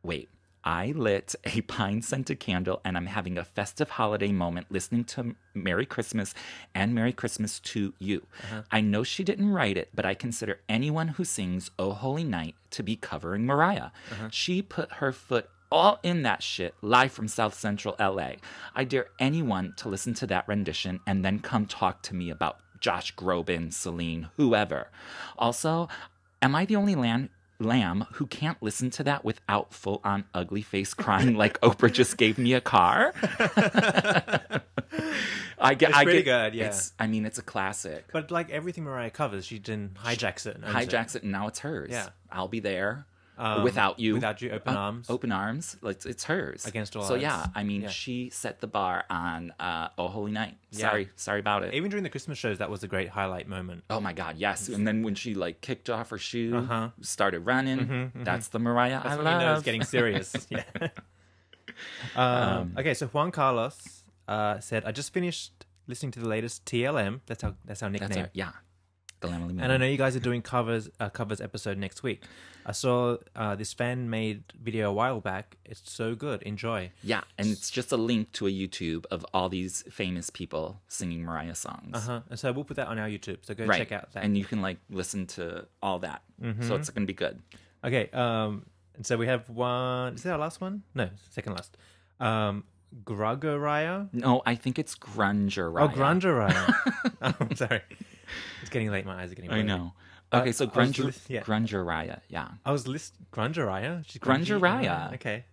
wait." I lit a pine scented candle and I'm having a festive holiday moment listening to Merry Christmas and Merry Christmas to You. I know she didn't write it, but I consider anyone who sings Oh Holy Night to be covering Mariah. She put her foot all in that shit live from South Central LA. I dare anyone to listen to that rendition and then come talk to me about Josh Groban, Celine, whoever. Also, am I the only land? Lamb, who can't listen to that without full on ugly face crying
*laughs*
like Oprah just gave me a car. I get,
It's
I
pretty
get,
good, yeah.
It's, I mean, it's a classic.
But like everything Mariah covers, she then hijacks it. And owns it.
Hijacks it, and now it's hers.
Yeah.
I'll be there
Um,
without you. Uh, Oh,
without you, open arms.
Open arms. Like, It's, it's hers.
Against all
So,
odds.
yeah, I mean,
Yeah.
she set the bar on uh, Oh Holy Night.
Yeah.
Sorry. Sorry about it.
Even during the Christmas shows, that was a great highlight moment.
Oh my God, yes. And then when she like kicked off her shoe, started running, that's the Mariah I
Uh-huh. Mm-hmm, That's when
love.
you know it's
*laughs*
getting serious. yeah. um, okay, so Juan Carlos uh, said, "I just finished listening to the latest TLM. That's our that's our nickname.
That's our, yeah. The Lamely
And I know you guys are doing covers uh, covers episode next week. I saw uh, this fan made video a while back. It's so good. Enjoy.
Yeah, and it's just a link to a YouTube of all these famous people singing Mariah songs.
Uh huh. And so we'll put that on our YouTube. So go
Uh-huh. Right.
check out that. Mm-hmm.
And you can like listen to all that. So it's going to be good.
Okay. Um. And so we have one. Is that our last one? No, second last. Um. Grugoraya.
No, I think it's Grunge
Oh, Grungeraya.
*laughs*
*laughs* oh, I'm sorry. It's getting late. My eyes are getting.
I
blurry.
know. Okay, so
Uh, I was
Grunge
lis- yeah.
Grungeraya, yeah.
I was list Grungeraya. She's grungy?
Grungeraya.
Okay.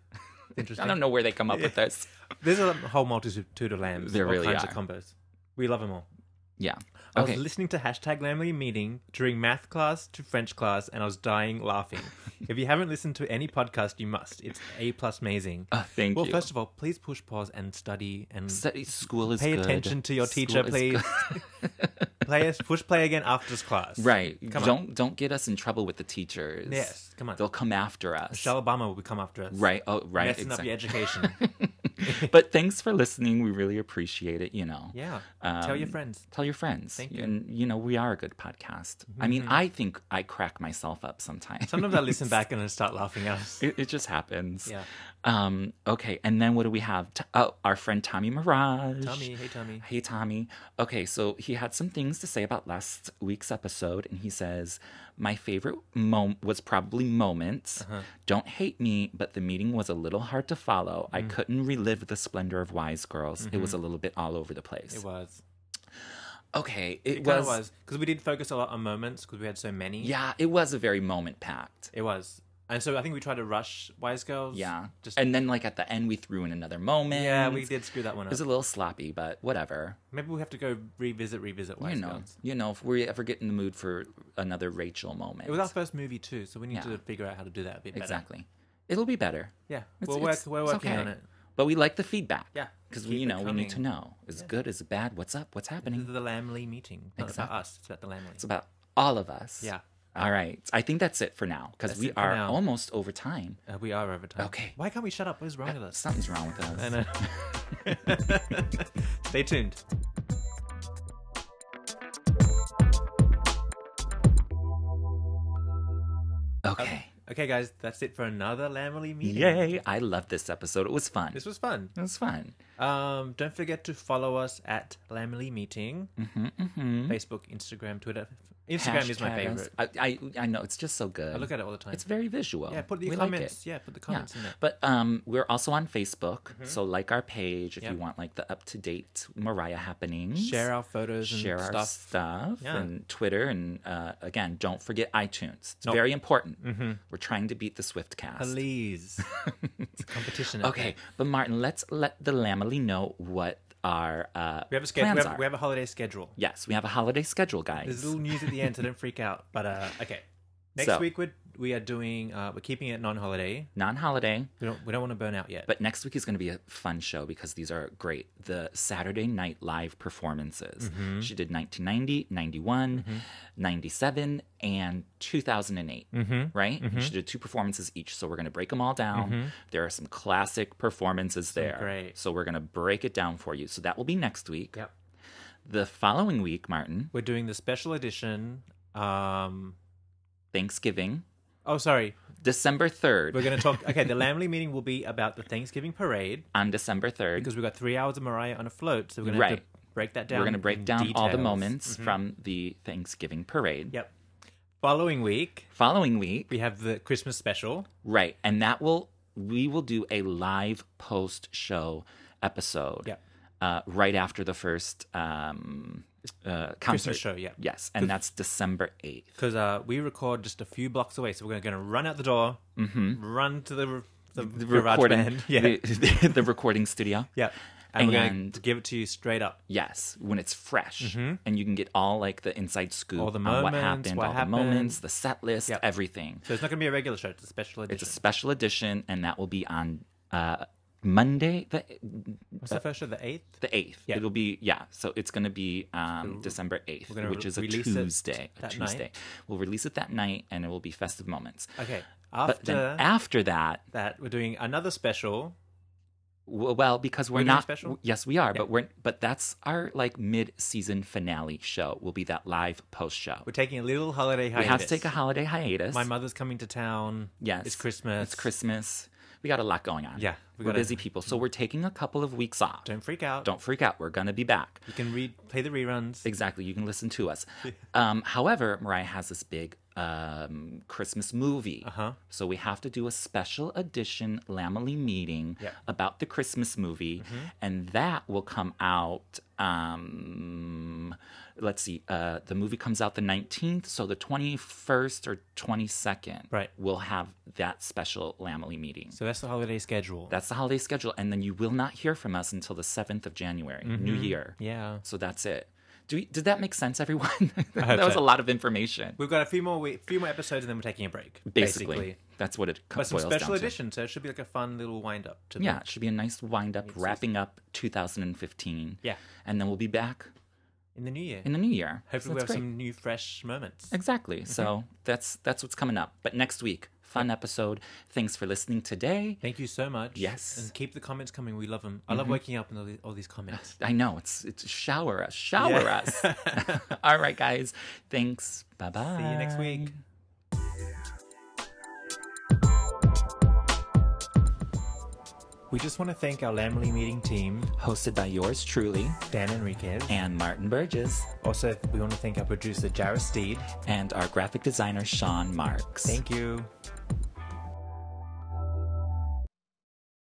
*laughs*
Interesting.
I don't know where they come up
*laughs*
with this.
There's a whole multitude of lambs.
There
all
really
kinds
are.
of combos. We love them all.
Yeah.
I
Okay.
was listening to hashtag Lamely meeting during math class to French class, and I was dying
*laughs*
laughing. if you haven't listened to any podcast, you must. It's a plus amazing.
Oh, thank
well,
you.
first of all, please push pause and study and
Study- school is
pay
good.
attention to your
School
teacher,
is
please.
good. *laughs*
play us, push play again after this class.
Right.
Come on.
don't don't get us in trouble with the teachers.
Yes, come on.
They'll come after us.
Michelle Obama will come after us.
Right. Oh, right.
Messing up
exact- *laughs*
your education.
but thanks for listening. We really appreciate it, you know.
Yeah. Tell your
Um,
friends.
Tell your friends.
Thank you. Mm-hmm.
And, you know, we are a good podcast. I mean, I think I crack myself up sometimes.
Sometimes I listen back and I start laughing at us.
*laughs* It, it just happens. *laughs*
Yeah.
Um, okay. And then what do we have? T- oh, our friend Tommy Mirage.
Tommy, hey Tommy.
Hey, Tommy. Okay, so he had some things to say about last week's episode, and he says, My favorite moment was probably moments.
Uh-huh.
Don't hate me, but the meeting was a little hard to follow.
Mm.
I couldn't relive the splendor of Wise Girls. It was a little bit all over the place.
Mm-hmm. It was.
Okay, it,
It
was,
kind of was because we did focus a lot on moments because we had so many.
Yeah, it was a very moment packed.
It was, and so I think we tried to rush Wise Girls.
Yeah.
Just
and then, like, at the end, we threw in another moment.
yeah, we did screw that one
It
up.
was a little sloppy, but whatever.
Maybe we have to go revisit, revisit Wise
you know,
Girls.
you know, if we ever get in the mood for another Rachel moment,
It was our first movie too, so we need
Yeah.
to figure out how to do that a bit better.
exactly. It'll be better.
Yeah,
It's-
we're,
it's-
work, we're
it's
working
okay.
on it.
But we like the feedback.
Yeah.
Because,
Keep
you
it
know, we need to
coming.
know is good, is bad, what's up, what's
This
happening.
is the Lamley meeting. It's not
Exactly.
about us. It's about the Lamley.
It's about all of us.
Yeah.
All right. I think that's it for now because
That's
we
it for
are
now.
almost over time.
Uh, we are over time.
Okay.
Why can't we shut up? What is wrong with us?
Something's wrong with us.
I know. *laughs* Stay tuned.
Okay.
Okay, guys, that's it for another Lamley meeting.
Yay. I love this episode. It was fun.
This was fun.
it was fun.
Um, don't forget to follow us at Lamley Meeting. Mm-hmm, Facebook, Instagram, Twitter. Instagram is my
Hashtags.
favorite.
I, I, I know. It's just so good.
I look at it all the time.
It's very visual.
yeah, put the
We like it.
comments. yeah, put the comments in there. Mm-hmm.
But um, we're also on Facebook, so like our page if you
Yep.
want like the up to date Mariah happenings.
Share our photos and
share
stuff.
our stuff
Yeah.
and Twitter and uh, again, don't forget iTunes. It's
Nope. Mm-hmm.
very important. We're trying to beat the Swift cast. *laughs*
Please. it's a competition. out
Okay,
there.
but Martin, let's let the Lamely know what our uh,
We have a schedule.
plans
We have,
are.
we have a holiday schedule.
yes, we have a holiday schedule,
There's
guys.
little news at the end, so don't freak out. But uh, okay, next
So-
week we're, we are doing. Uh, we're keeping it non-holiday.
Non-holiday.
We don't. We don't want to burn out yet.
But next week is going to be a fun show because these are great. The Saturday Night Live performances.
Mm-hmm.
She did 1990, 91, 97, and 2008,
Mm-hmm.
right? She did two performances each. So we're going to break them all down. There are some classic performances there.
great.
So we're going to break it down for you. So that will be next week.
Yep.
The following week, Martin,
we're doing the special edition. Um.
Thanksgiving,
Oh, sorry.
December 3rd.
We're gonna talk.
*laughs*
Okay, the Lamley meeting will be about the Thanksgiving parade
on December 3rd.
because we've got three hours of Mariah on a float, so we're gonna have to break that down.
we're going to break
in
down all the
details. Mm-hmm.
moments from the Thanksgiving parade.
Yep. Following week
Following week,
we have the Christmas special.
Right. And that will, we will do a live post show episode.
Yep.
Uh, right after the first um, uh, concert.
show, yeah.
Yes. And that's December 8th.
Because uh, we record just a few blocks away, so we're going to run out the door, run to the the, the garage band, *laughs* yeah,
Mm-hmm. *laughs* the, the, recording studio.
yeah, and, we're going to
and-
give it to you straight up.
Yes, when it's fresh, and you can get all like the inside scoop
Mm-hmm. All the
on what
moments,
happened,
what
all
happened.
the moments, the set list,
Yep.
everything.
So it's not going to be a regular show; it's a special edition.
It's a special edition, and that will be on uh, Monday, the
What's the first show? The eighth.
the eighth.
Yeah.
It'll be yeah. So it's going to be um, December eighth,
gonna
which is a
release it
Tuesday. A
that night.
Tuesday. We'll release it that night, and it will be festive moments.
Okay.
But then
After
after that,
that, we're doing another special.
w- well, because we're
We're doing
not
special?
w- Yes, we are, but we're but that's our like mid-season finale show. Will be that live post show.
We're taking a little holiday
We
hiatus.
have to take a holiday hiatus.
My mother's coming to town.
Yes,
it's Christmas.
It's Christmas. We got a lot going on.
Yeah, we
we are
gotta-
busy people, so we're taking a couple of weeks off.
Don't freak out.
Don't freak out. We're gonna be back.
You can read, play the reruns.
Exactly. You can listen to
*laughs*
us. Um, however, Mariah has this big um, Christmas movie.
Uh-huh.
So we have to do a special edition Lamely meeting
Yep.
about the Christmas movie.
Mm-hmm.
And that will come out. Um, let's see. Uh, the movie comes out the 19th. So the 21st or 22nd,
Right.
we'll have that special Lamely meeting.
So that's the holiday schedule.
That's the holiday schedule. And then you will not hear from us until the 7th of January, New
Mm-hmm.
Year.
yeah.
So that's it. Do we, did that make sense, everyone? *laughs*
hope
that was a
so.
lot of information.
We've got a few more, we- few more episodes, and then we're taking a break.
Basically, that's what it co-
But some
boils down
special
to.
edition, so it should be like a fun little wind up to the-
Yeah, it should be a nice wind up, wrapping up 2015.
Yeah.
and then we'll be back
in the new year.
in the new year. So
Hopefully, we
that's
have Mm-hmm.
great.
some new fresh moments.
Exactly. So that's that's what's coming up. But next week, fun episode. Thanks for listening today.
Thank you so much.
Yes. Mm-hmm.
And keep the comments coming. We love them. I love waking up and all these, all these comments.
I know it's it's shower us, shower
Yeah. *laughs*
us. *laughs* All right, guys. Thanks. Bye bye.
See you next week. We just want to thank our Lamley meeting team,
Hosted by yours truly
Dan Enriquez.
and Martin Burgess
Also, we want to thank our producer, Jarrah Steed.
and our graphic designer Sean Marks.
Thank you.